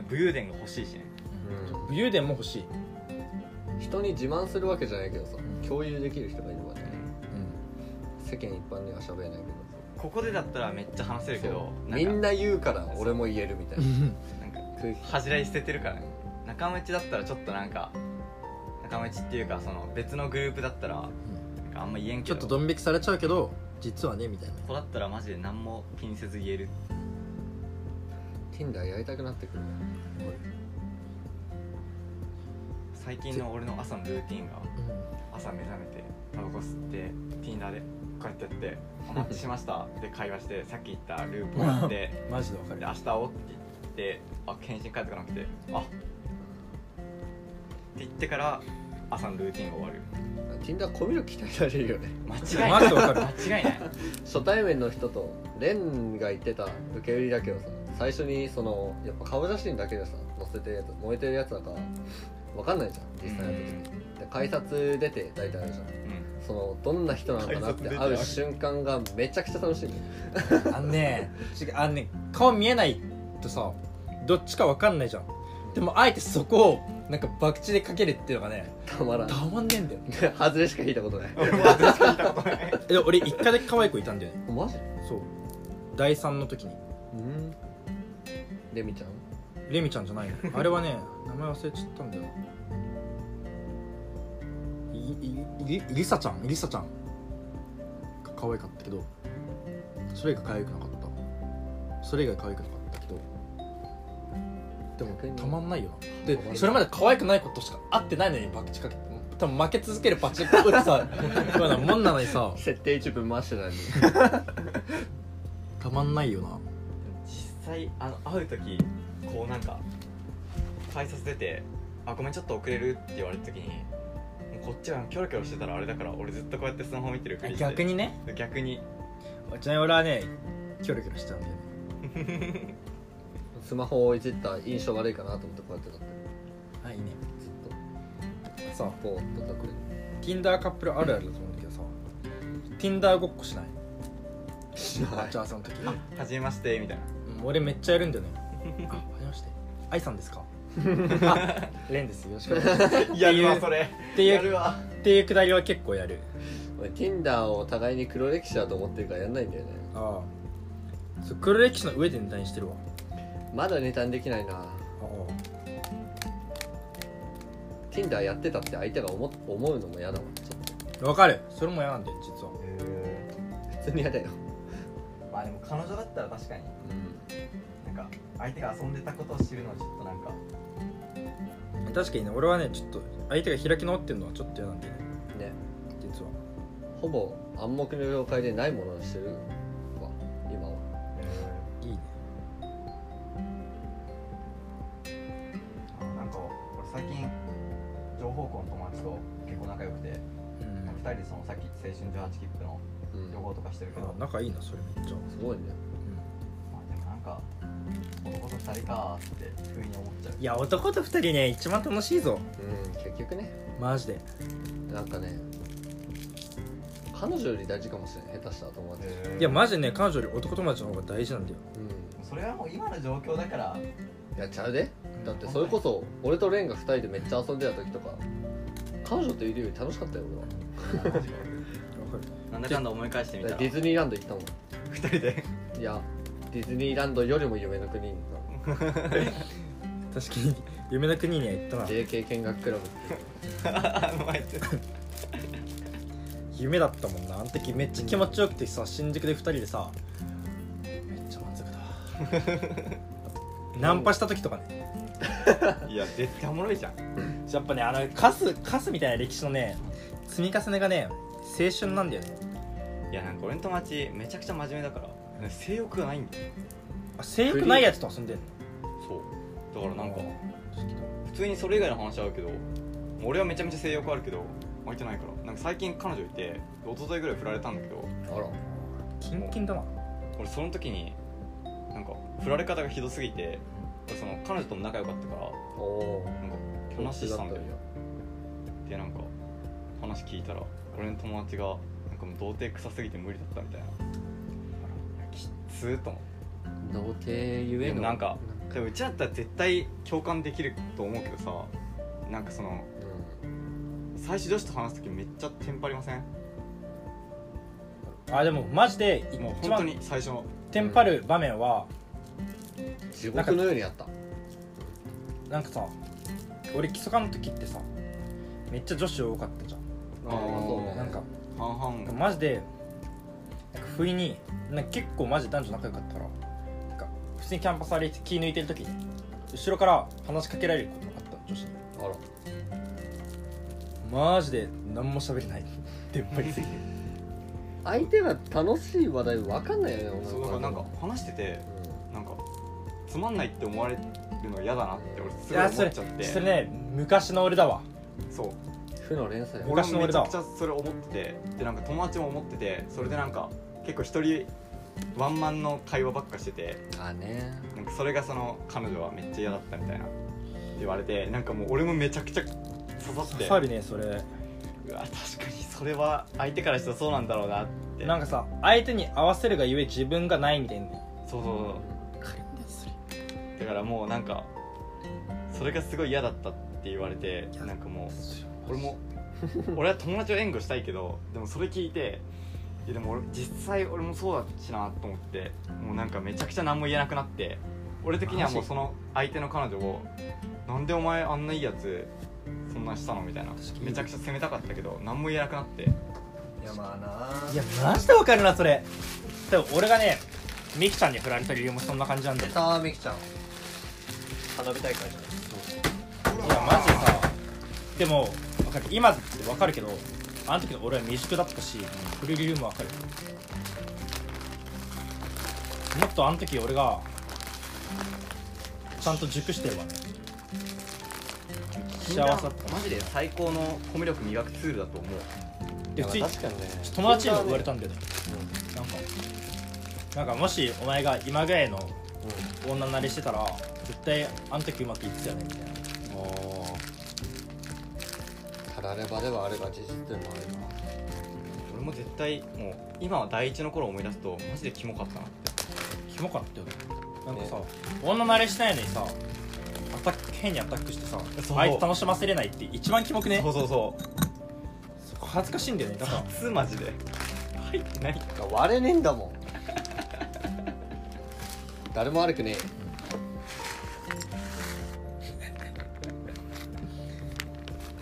S3: 武勇伝が欲しいしね
S2: 武勇伝も欲しい、
S1: 人に自慢するわけじゃないけどさ共有できる人がいればね世間一般には喋れないけど
S3: ここでだったらめっちゃ話せるけど
S1: そう
S3: な
S1: みん
S3: んか
S1: な言うから俺も言えるみたいな
S3: なんか
S1: 空気
S3: 恥じらい捨ててるからね仲間内だったらちょっとなんか仲間内っていうかその別のグループだったらなんかあんま言えんけ
S2: ちょ
S3: ど
S2: っとドン引きされちゃうけど実はねみたいな
S3: ここだったらマジで何も気にせず言える
S1: Tinder やりたくなってくる
S3: 最近の俺の朝のルーティンが朝目覚めてタバコ吸って Tinder でこうやってやって「お待ちしました」で会話してさっき言ったループをやって
S2: マジでわか
S3: で明日会おうって言ってあ検診帰ってこなくてあって言ってから朝のルーティンが終わる
S1: Tinder コミュ力鍛えられるよね
S5: 間違い
S2: マ
S5: ない
S2: ジでわかる
S3: 間違いない
S1: 初対面の人とレンが言ってた受け売りだけどさ最初にそのやっぱ顔写真だけでさ載せてるやつ燃えてるやつだから分かんないじゃん実際の時にで改札出て大体あるじゃん
S3: う
S1: そのどんな人なのかなって会う瞬間がめちゃくちゃ楽しいんだよ
S2: あのね違うあのね顔見えないとさどっちかわかんないじゃんでもあえてそこをなんか博打でかけるっていうのがね
S1: たまらん
S2: たまんねえんだ よ
S1: ハズレしか引いたことない
S2: えでも俺一回だけ可愛い子いたんだよね
S1: マジ
S2: そう第3の時に
S1: うんレミちゃん
S2: レミちゃんじゃ ないのあれはね名前忘れちゃったんだよいいいりさちゃんりさちゃんが可愛かったけどそれが可愛くなかったそれ以外可愛くなかったけどで
S1: 逆に
S2: もたまんないよなでそれまで可愛くないことしか会ってないのにバクチかけて多分負け続けるバチッコって さようなもんなのにさ
S1: 設定1分回してたのに
S2: たまんないよな
S3: 実際あの会う時こうなんか改札出て「あごめんちょっと遅れる」って言われた時にもうこっちはキョロキョロしてたらあれだから俺ずっとこうやってスマホ見てるふりして
S2: 逆にね
S3: 逆に
S2: ちなみに俺はねキョロキョロしちゃうんだよね
S1: スマホをいじった印象悪いかなと思ってこうやってたって
S2: あいいね
S1: ずっ
S2: さあ
S1: とポーっと隠れて
S2: Tinder カップルあるあるだと思うんだけどさ Tinder ごっこしない
S1: しない
S2: 待ち合わせの時
S3: 「はじめまして」みたいな
S2: うん俺めっちゃやるんだよねあはじめまして愛さん ですかあレンですよろしくお願いします
S3: 「やるわそれ
S2: って
S3: や
S2: い
S3: る
S2: う
S3: わ
S2: っていうくだりは結構やる
S1: 俺 Tinder を互いに黒歴史だと思ってるからやんないんだよね
S2: ああそう黒歴史の上でネタにしてるわ
S1: まだネタにできないな
S2: ああ
S1: Tinder やってたって相手が思思うのも嫌だわちょっ
S2: わかるそれも嫌なんだよ実は
S1: と普通に嫌だよ、
S5: まあでも彼女だったら確かになんか相手が遊んでたことを知るのはちょっとなんか
S2: 確かにね俺はねちょっと相手が開き直ってるのはちょっと嫌なんだよね
S1: ね
S2: 実は
S1: ほぼ暗黙の了解でないものにしてるわ今はい
S2: いね
S5: あなんか俺最近情報校の友達と結構仲良くて
S2: うん
S5: 2人でそのさっき青春18切符の
S1: うん
S5: 旅行とかしてるけど、
S2: あ仲いいなそれめっちゃ
S1: すごいね
S2: うん
S5: まあ、でもなんか男と2人かーってふうに思っちゃう
S2: いや男と二人ね一番楽しいぞ
S1: うん結局ね
S2: マジで
S1: なんかね彼女より大事かもしれない下手したら友達、
S2: いやマジでね彼女より男友達の方が大事なんだよ
S1: う
S5: それはもう今の状況だから
S1: んいやちゃうでだってそれこそ俺とレンが2人でめっちゃ遊んでた時とか彼女といるより楽しかったよ俺は
S2: わかる
S3: なんだかんだ思い返してみ
S1: だ
S3: た
S1: かららディズニーランド行ったもん
S3: 2人で
S1: いやディズニーランドよりも夢の国に
S2: 確かに夢の国には行ったな
S1: JK 見学クラブ
S3: あの前って
S2: 夢だったもんなあの時めっちゃ気持ちよくてさ新宿で二人でさめっちゃ満足だ ナンパした時とかね
S3: いや絶対おもろいじゃん
S2: やっぱねあのカスカスみたいな歴史のね積み重ねがね青春なんだよね
S3: いやなんか俺の友達めちゃくちゃ真面目だから性欲がないんだよ
S2: あ性欲ないやつと遊んでん
S3: そうだから
S2: の
S3: なんか
S2: 好きだ
S3: 普通にそれ以外の話はあるけど俺はめちゃめちゃ性欲あるけど湧いてないからなんか最近彼女いて一昨日ぐらい振られたんだけど
S1: あら
S2: キンキンだな
S3: 俺その時になんか振られ方がひどすぎて俺その彼女とも仲良かったから
S1: おお
S3: なんか話したんだよでなんか話聞いたら俺の友達がなんかもう童貞臭すぎて無理だったみたいなきっつーと思って
S1: 童貞ゆえ
S3: で
S1: の
S3: もなんかでもうちらだったら絶対共感できると思うけどさなんかその最初女子と話す時めっちゃテンパりません
S2: あでもマジで
S3: もう
S2: 一
S3: 本当
S2: 番
S3: に最初の
S2: テンパる場面は
S1: うん地獄のようにやった
S2: なんかさ俺基礎科の時ってさめっちゃ女子多かったじゃん
S1: あーそうね
S2: なんか
S3: 半々
S2: マジでなんか不意になんか結構マジで男女仲良かったからなんか普通にキャンパス歩いて気抜いてる時に後ろから話しかけられることがあったの女子に
S1: あら
S2: マジで何も喋れ ないテンパりすぎて
S1: 相手が楽しい話題分かんないよね
S3: そうだからなんか話しててなんかつまんないって思われるの嫌だなって俺す
S2: い
S3: ごい
S2: や
S3: 思
S2: そ
S3: っ
S2: れ
S3: ちゃ
S2: そ
S3: って
S2: れね昔の俺だわ
S3: そう
S1: 負の連鎖や
S2: 昔の俺だ
S3: めちゃくちゃそれ思っててでなんか友達も思っててそれでなんか結構一人ワンマンの会話ばっかしてて
S1: あね
S3: なんかそれがその彼女はめっちゃ嫌だったみたいなって言われてなんかもう俺もめちゃくちゃ刺さって
S2: 刺さるねそれ
S3: うわ確かにそれは相手からしたらそうなんだろうなって
S2: なんかさ相手に合わせるがゆえ自分がないみたいな
S3: そうそうそうだからもうなんかそれがすごい嫌だったって言われてなんかもう 俺も俺は友達を援護したいけどでもそれ聞いていやでも俺実際俺もそうだしなと思ってもうなんかめちゃくちゃ何も言えなくなって俺的にはもうその相手の彼女を「なんでお前あんないいやつそんなしたの?」みたいなめちゃくちゃ責めたかったけど何も言えなくなって
S1: いやまあない
S2: やマジでわかるなそれでも俺がねミキちゃんに振られた理由もそんな感じなんだよ
S1: さあみきちゃん花火大会じゃない
S2: いやマジでさでもわかる今ってわかるけどあの時の俺は未熟だったしフル理由もわかるもっとあの時俺がちゃんと熟してるわ幸せだった
S3: マジで最高のコミュ力磨くツールだと思う
S2: で普通に
S1: 確かにね
S2: 友達にも言われたんだよねなんかなんかもしお前が今ぐらいの女慣れしてたら絶対あの時うまくいってたよねみたいな
S1: たらればではあるが事実でもあるな
S3: 俺も絶対もう今は第一の頃思い出すとマジでキモかったなって
S2: キモかったよねなんかさ、女慣れしないのにさアタック変にアタックしてさ
S3: そう
S2: 相手楽しませれないって一番キモくね
S3: そうそうそう
S2: そこ恥ずかしいんだよねだから
S3: つマジで入ってない
S1: 割れねえんだもん 誰も悪くね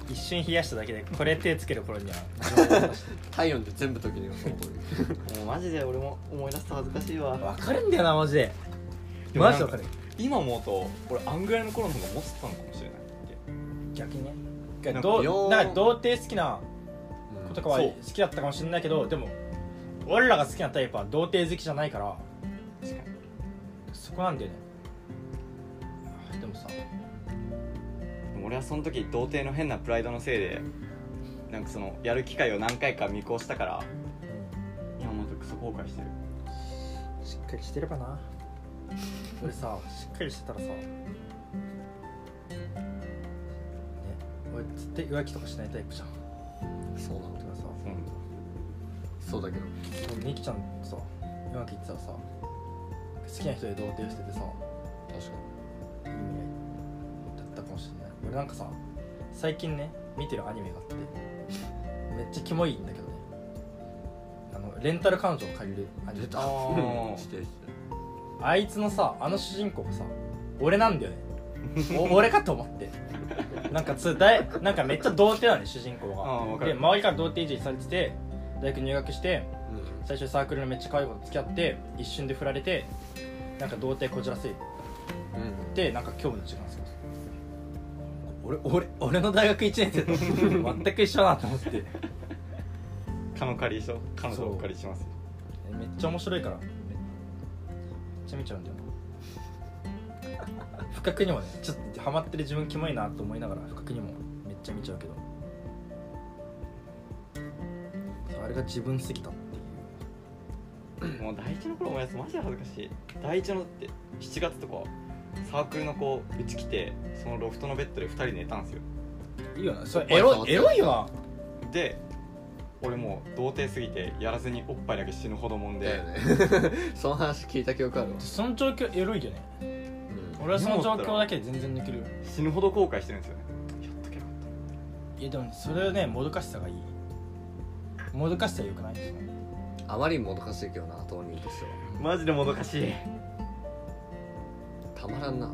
S2: 一瞬冷やしただけでこれ手つける頃には
S1: え体温で全部解きにその通り
S3: もうマジで俺も思い出すと恥ずかしい わ
S2: 分かるんだよなマジで
S3: でも
S2: マ
S3: なん
S2: ジで
S3: か
S2: 分かる
S3: 今思うと俺あんぐらいの頃の方が持ってたのかもしれない
S2: 逆にね
S3: なんか
S2: ど
S1: よ
S2: う
S1: ー
S2: なんか童貞好きな子とかは
S3: そう
S2: 好きだったかもしれないけどでも俺らが好きなタイプは童貞好きじゃないから
S3: 確かに
S2: そこなんだよねあでもさ
S3: でも俺はその時童貞の変なプライドのせいでなんかそのやる機会を何回か見越したから今思うとクソ後悔してる
S2: しっかりしてればな俺さしっかりしてたらさね俺絶対浮気とかしないタイプじゃん
S1: そうなの
S2: だからさ
S3: そうなんだ
S1: そうだけど
S2: ミキちゃんとさうまくいってたらさ好きな人で童貞しててさ
S1: 確か
S2: いい未来だったかもしれない俺なんかさ最近ね見てるアニメがあってめっちゃキモいんだけどねあのレンタル彼女を借りるアニメ
S3: あ
S1: に
S3: ー
S1: してして
S2: あいつのさあの主人公がさ俺なんだよねお 俺かと思ってなんかつだいなんかめっちゃ童貞なのね主人公
S3: あーわ
S2: が
S3: か
S2: で
S3: る
S2: 周りから童貞いじりされてて大学入学して最初サークルのめっちゃ可愛い子と付き合って一瞬で振られてなんか童貞こじらせ
S1: うんうん
S2: てなんか今日の時間過ごす俺俺俺の大学1年生と全く一緒だなと思ってめっ
S3: 彼の借りしょ彼女をお借りします
S2: ちゃ面白いからめっちゃ見ちゃうんだ よな不覚にもねちょっとハマってる自分キモいなと思いながら不覚にもめっちゃ見ちゃうけどあれが自分すぎたっていう
S3: もう第一の頃思い出すマジで恥ずかしい第一のだって7月とかサークルの子うち来てそのロフトのベッドで2人寝たんですよ
S2: いいよなそれエロエロいよな
S3: で俺もう童貞すぎてやらずにおっぱいだけ死ぬほどもん
S1: だよ
S3: で、
S1: ね その話聞いた記憶あるわ、
S2: その状況エロいよね
S1: うん
S2: 俺はその状況だけで全然抜ける
S3: 死ぬほど後悔してるんですよねやっとけばよかっ
S2: いやでもそれはねもどかしさがいいもどかしさよくないですね
S1: あまりにもどかしいけどな当人としては
S3: たマジでもどかしい
S1: たまらんな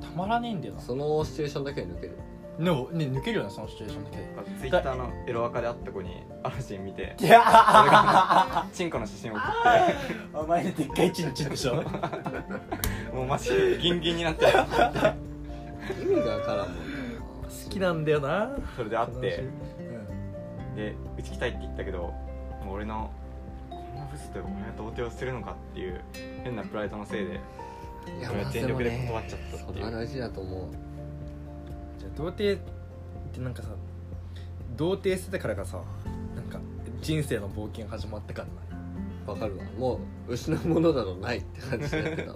S2: たまらねえんだよな
S1: そのシチュエーションだけは抜ける
S2: でもね抜けるよなそのシチュエーションだけで
S3: ツイッターのエロアカで会った子にあるシーン見て
S2: いや
S3: 俺がチンコの写真を送っ
S2: お前でっかいチンチンでし ょ
S3: てもうマジでギンギンにな って
S1: 意味がわからんもんな
S2: 好きなんだよな
S3: それで会って
S2: うん
S3: でうち来たいって言ったけどもう俺のこんなブスで俺は童貞をするのかっていう変なプライドのせいで
S1: い
S3: 俺
S1: ま
S3: は
S1: あ
S3: 全力で
S1: もね
S3: 断っちゃったっていう
S1: それは大事だと思う
S2: じゃあ童貞ってなんかさ童貞してたからかさなんか人生の冒険始まったからな
S1: わかるわもう失うものなどないって感じだけど
S2: いや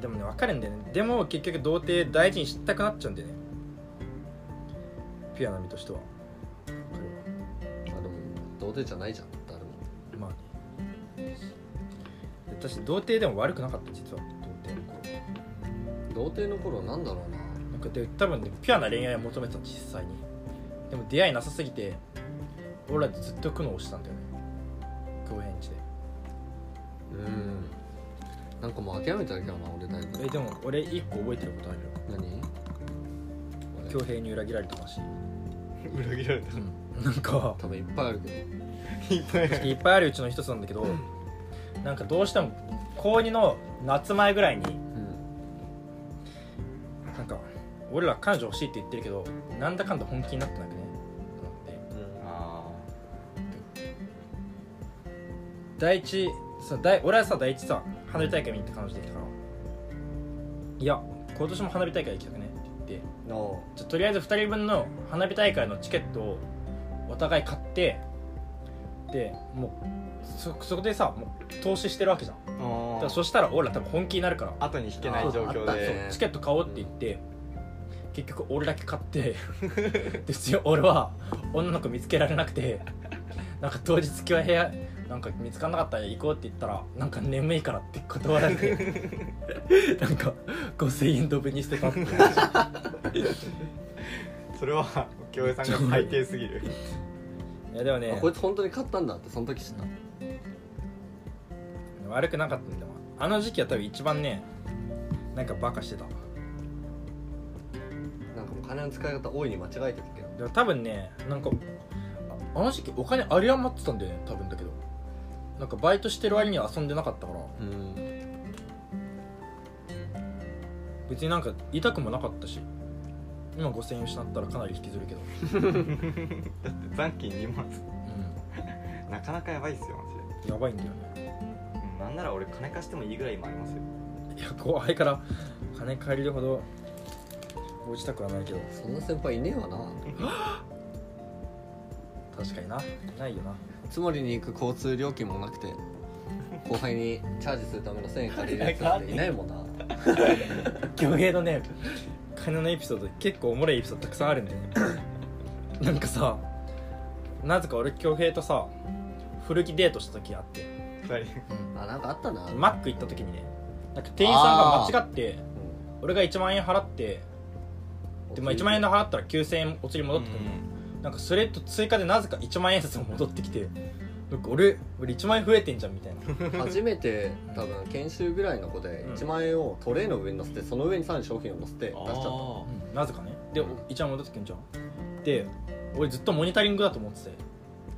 S2: でもね分かるんだよねでも結局童貞大事にしたくなっちゃうんだよねピュアな身としてはこれ
S1: あでも童貞じゃないじゃん誰も
S2: はまあ私童貞でも悪くなかった実は童貞
S1: 童貞
S2: の頃
S1: の頃なんだろうな
S2: なんかで多分ねピュアな恋愛を求めてたの実際にでも出会いなさすぎて俺らずっと苦悩してたんだよね共演地で
S1: うんなんかもう諦めただけだな俺だいぶ
S2: えでも俺一個覚えてることあるよ
S1: 何
S2: 恭平に裏切られたらしい、
S6: 裏切られた
S2: なんか
S1: 多分いっぱいあるけ
S6: いっぱい
S2: いっぱいあるうちの一つなんだけどなんかどうしても高2の夏前ぐらいに
S1: どうん
S2: なんか俺ら彼女欲しいって言ってるけどなんだかんだ本気になってなくねと思って
S6: あ
S2: 第一そう第俺はさ第一さ花火大会見に行って彼女できたからいや今年も花火大会行きたくねって言って
S1: の
S2: じゃあとりあえず2人分の花火大会のチケットをお互い買ってでもうそそこでさもう投資してるわけじゃんだ
S6: あ
S2: からそしたら俺ら多分本気になるから
S6: 後に引けない
S1: あ
S6: 状況
S1: あった
S6: で
S1: ね
S2: チケット買おうって言って、結局俺だけ買って で普通に俺は女の子見つけられなくてなんか当日今日部屋なんか見つからなかったら行こうって言ったらなんか眠いからって断られてなんか5000円ドブにしてたっていう
S6: それは京平さんが最低すぎ る
S2: いやでも
S1: あ
S2: ね
S1: こいつ本当に勝ったんだってその時知った
S2: 悪くなかったんだわあの時期は多分一番ねなんかバカしてた
S1: なんかもう金の使い方大いに間違えてるけど
S2: でも多分ねなんかああの時期お金あり余ってたんだよね多分だけどなんかバイトしてる割には遊んでなかったから
S1: うん
S2: 別になんか痛くもなかったし今5000円失ったらかなり引きずるけど、
S6: だって残金2万
S2: う
S6: なかなかやばいっすよマジで
S2: ん、やばいんだよね
S6: うんなんなら俺金貸してもいいぐらい今ありますよ
S2: いや後輩から金借りるほど応じたくはないけど
S1: そんな先輩いねえわな
S2: 確かになないよな
S1: つもりに行く交通料金もなくて後輩にチャージするための1000円借りるやつなんていないもんな
S2: 魚平のね金のエピソード結構おもろいエピソードたくさんあるんだよねなんかさなぜか俺魚平とさ古着デートした時あって
S6: 2人
S1: あなんかあったな、
S2: マック行った時にねなんか店員さんが間違って
S1: う
S2: 俺が1万円払って
S1: ん
S2: で、まあ、1万円の払ったら9000円お釣り戻ってくるの、なんかそれと追加でなぜか1万円札も戻ってきてなんか俺俺1万円増えてんじゃんみたいな
S1: 初めて多分研修ぐらいの子で
S2: うん
S1: 1万円をトレーの上に乗せてその上にさらに商品を乗せて出しちゃった
S6: あ
S2: うんなぜかねでお1万円戻ってくんじゃんで俺ずっとモニタリングだと思ってて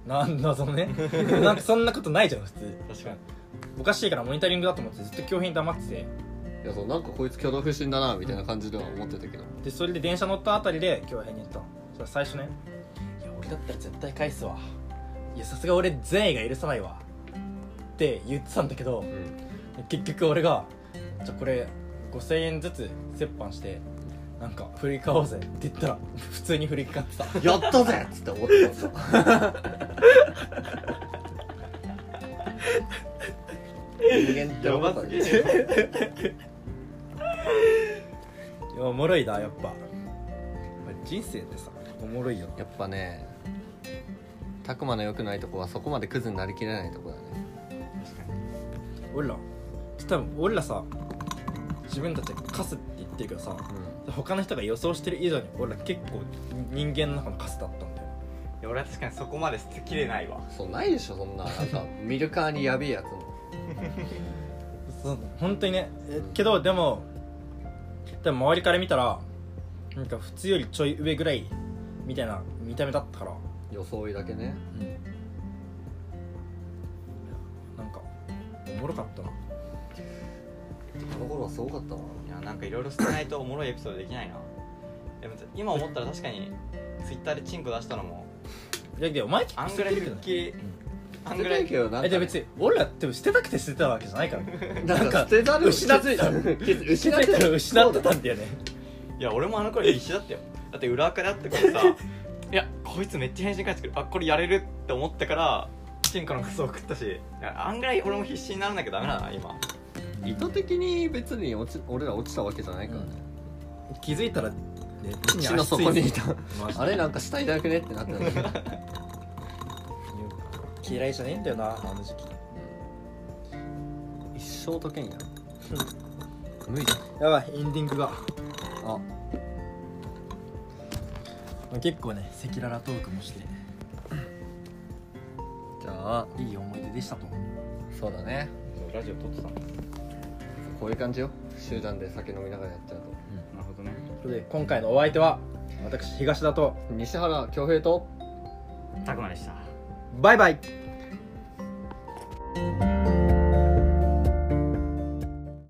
S2: なんだそのね なんかそんなことないじゃん普通
S6: 確かに
S2: おかしいからモニタリングだと思ってずっと教員黙ってて
S1: いやそうなんかこいつ挙動不審だなみたいな感じでは思ってたけど
S2: でそれで電車乗ったあたりで教員に言ったのそれ最初ねいや俺だったら絶対返すわいやさすが俺善意が許さないわって言ってたんだけど
S1: うん
S2: 結局俺が「じゃあこれ5000円ずつ折半してなんか振り買おうぜ」って言ったら普通に振り買ってた
S1: やったぜっつって思ってたんだよ人間って
S6: や
S1: 思
S6: ば
S1: った
S6: すぎ
S1: ね
S6: る
S2: いやおもろいなやっぱやっぱ人生ってさおもろいよ
S1: やっぱねたくまの良くないとこはそこまでクズになりきれないとこだね
S2: 俺ら多分俺らさ自分たちでカスって言ってるけどさ他の人が予想してる以上に俺ら結構人間の中のカスだったんだよ
S6: いや俺は確かにそこまで捨てきれないわ
S1: そうないでしょそんななんか見るからにやべえやつも
S2: そう本当にねえけどでもでも周りから見たらなんか普通よりちょい上ぐらいみたいな見た目だったから
S1: 装いだけね
S2: なんかおもろかったな
S1: あの頃はすごかったない
S6: やなんかいろいろ捨てないとおもろいエピソードできないなでも今思ったら確かにツイッターでチンコ出したのも
S2: いやいやお前結
S6: あ
S2: 構
S6: ん
S2: 捨
S6: ぐら
S2: てて
S6: い
S2: るけど
S6: 復帰
S2: ね
S6: あんぐ
S1: 捨て
S6: ら
S1: た
S6: い
S1: いけどなんか
S2: えでも別に俺らって捨てたくて捨てたわけじゃない からね
S1: なんか
S2: なんか
S1: 捨てざる
S2: 失ってた気
S1: 失
S2: づ
S1: っ
S2: い
S1: て
S2: た
S1: た
S2: ら失ってたんだよね
S6: いや俺もあの頃必死だったよだって裏垢であってからさ
S3: いやこいつめっちゃ返信返してくるあこれやれるって思ったから進化のクソを送ったしいや案外俺も必死にならなきゃダメだな今
S1: 意図的に別に落ち俺ら落ちたわけじゃないからね、
S7: 気づいたら、ね、
S1: 地の底にいた
S7: マジで
S1: あれなんか下いなくねってなってたけど
S2: 嫌いじゃねえんだよなあの時期
S1: 一生解けんや無理だ
S2: やばいエンディングが
S1: あ
S2: 結構ね赤裸々トークもして
S1: じゃあ
S2: いい思い出でしたと
S1: そうだね
S3: ラジオ撮ってたんだ
S1: こういう感じよ集団で酒飲みながらやっちゃうと
S3: なるほどね
S2: それで今回のお相手は私東田と
S1: 西原恭平と
S3: たくまでした
S2: バイバイ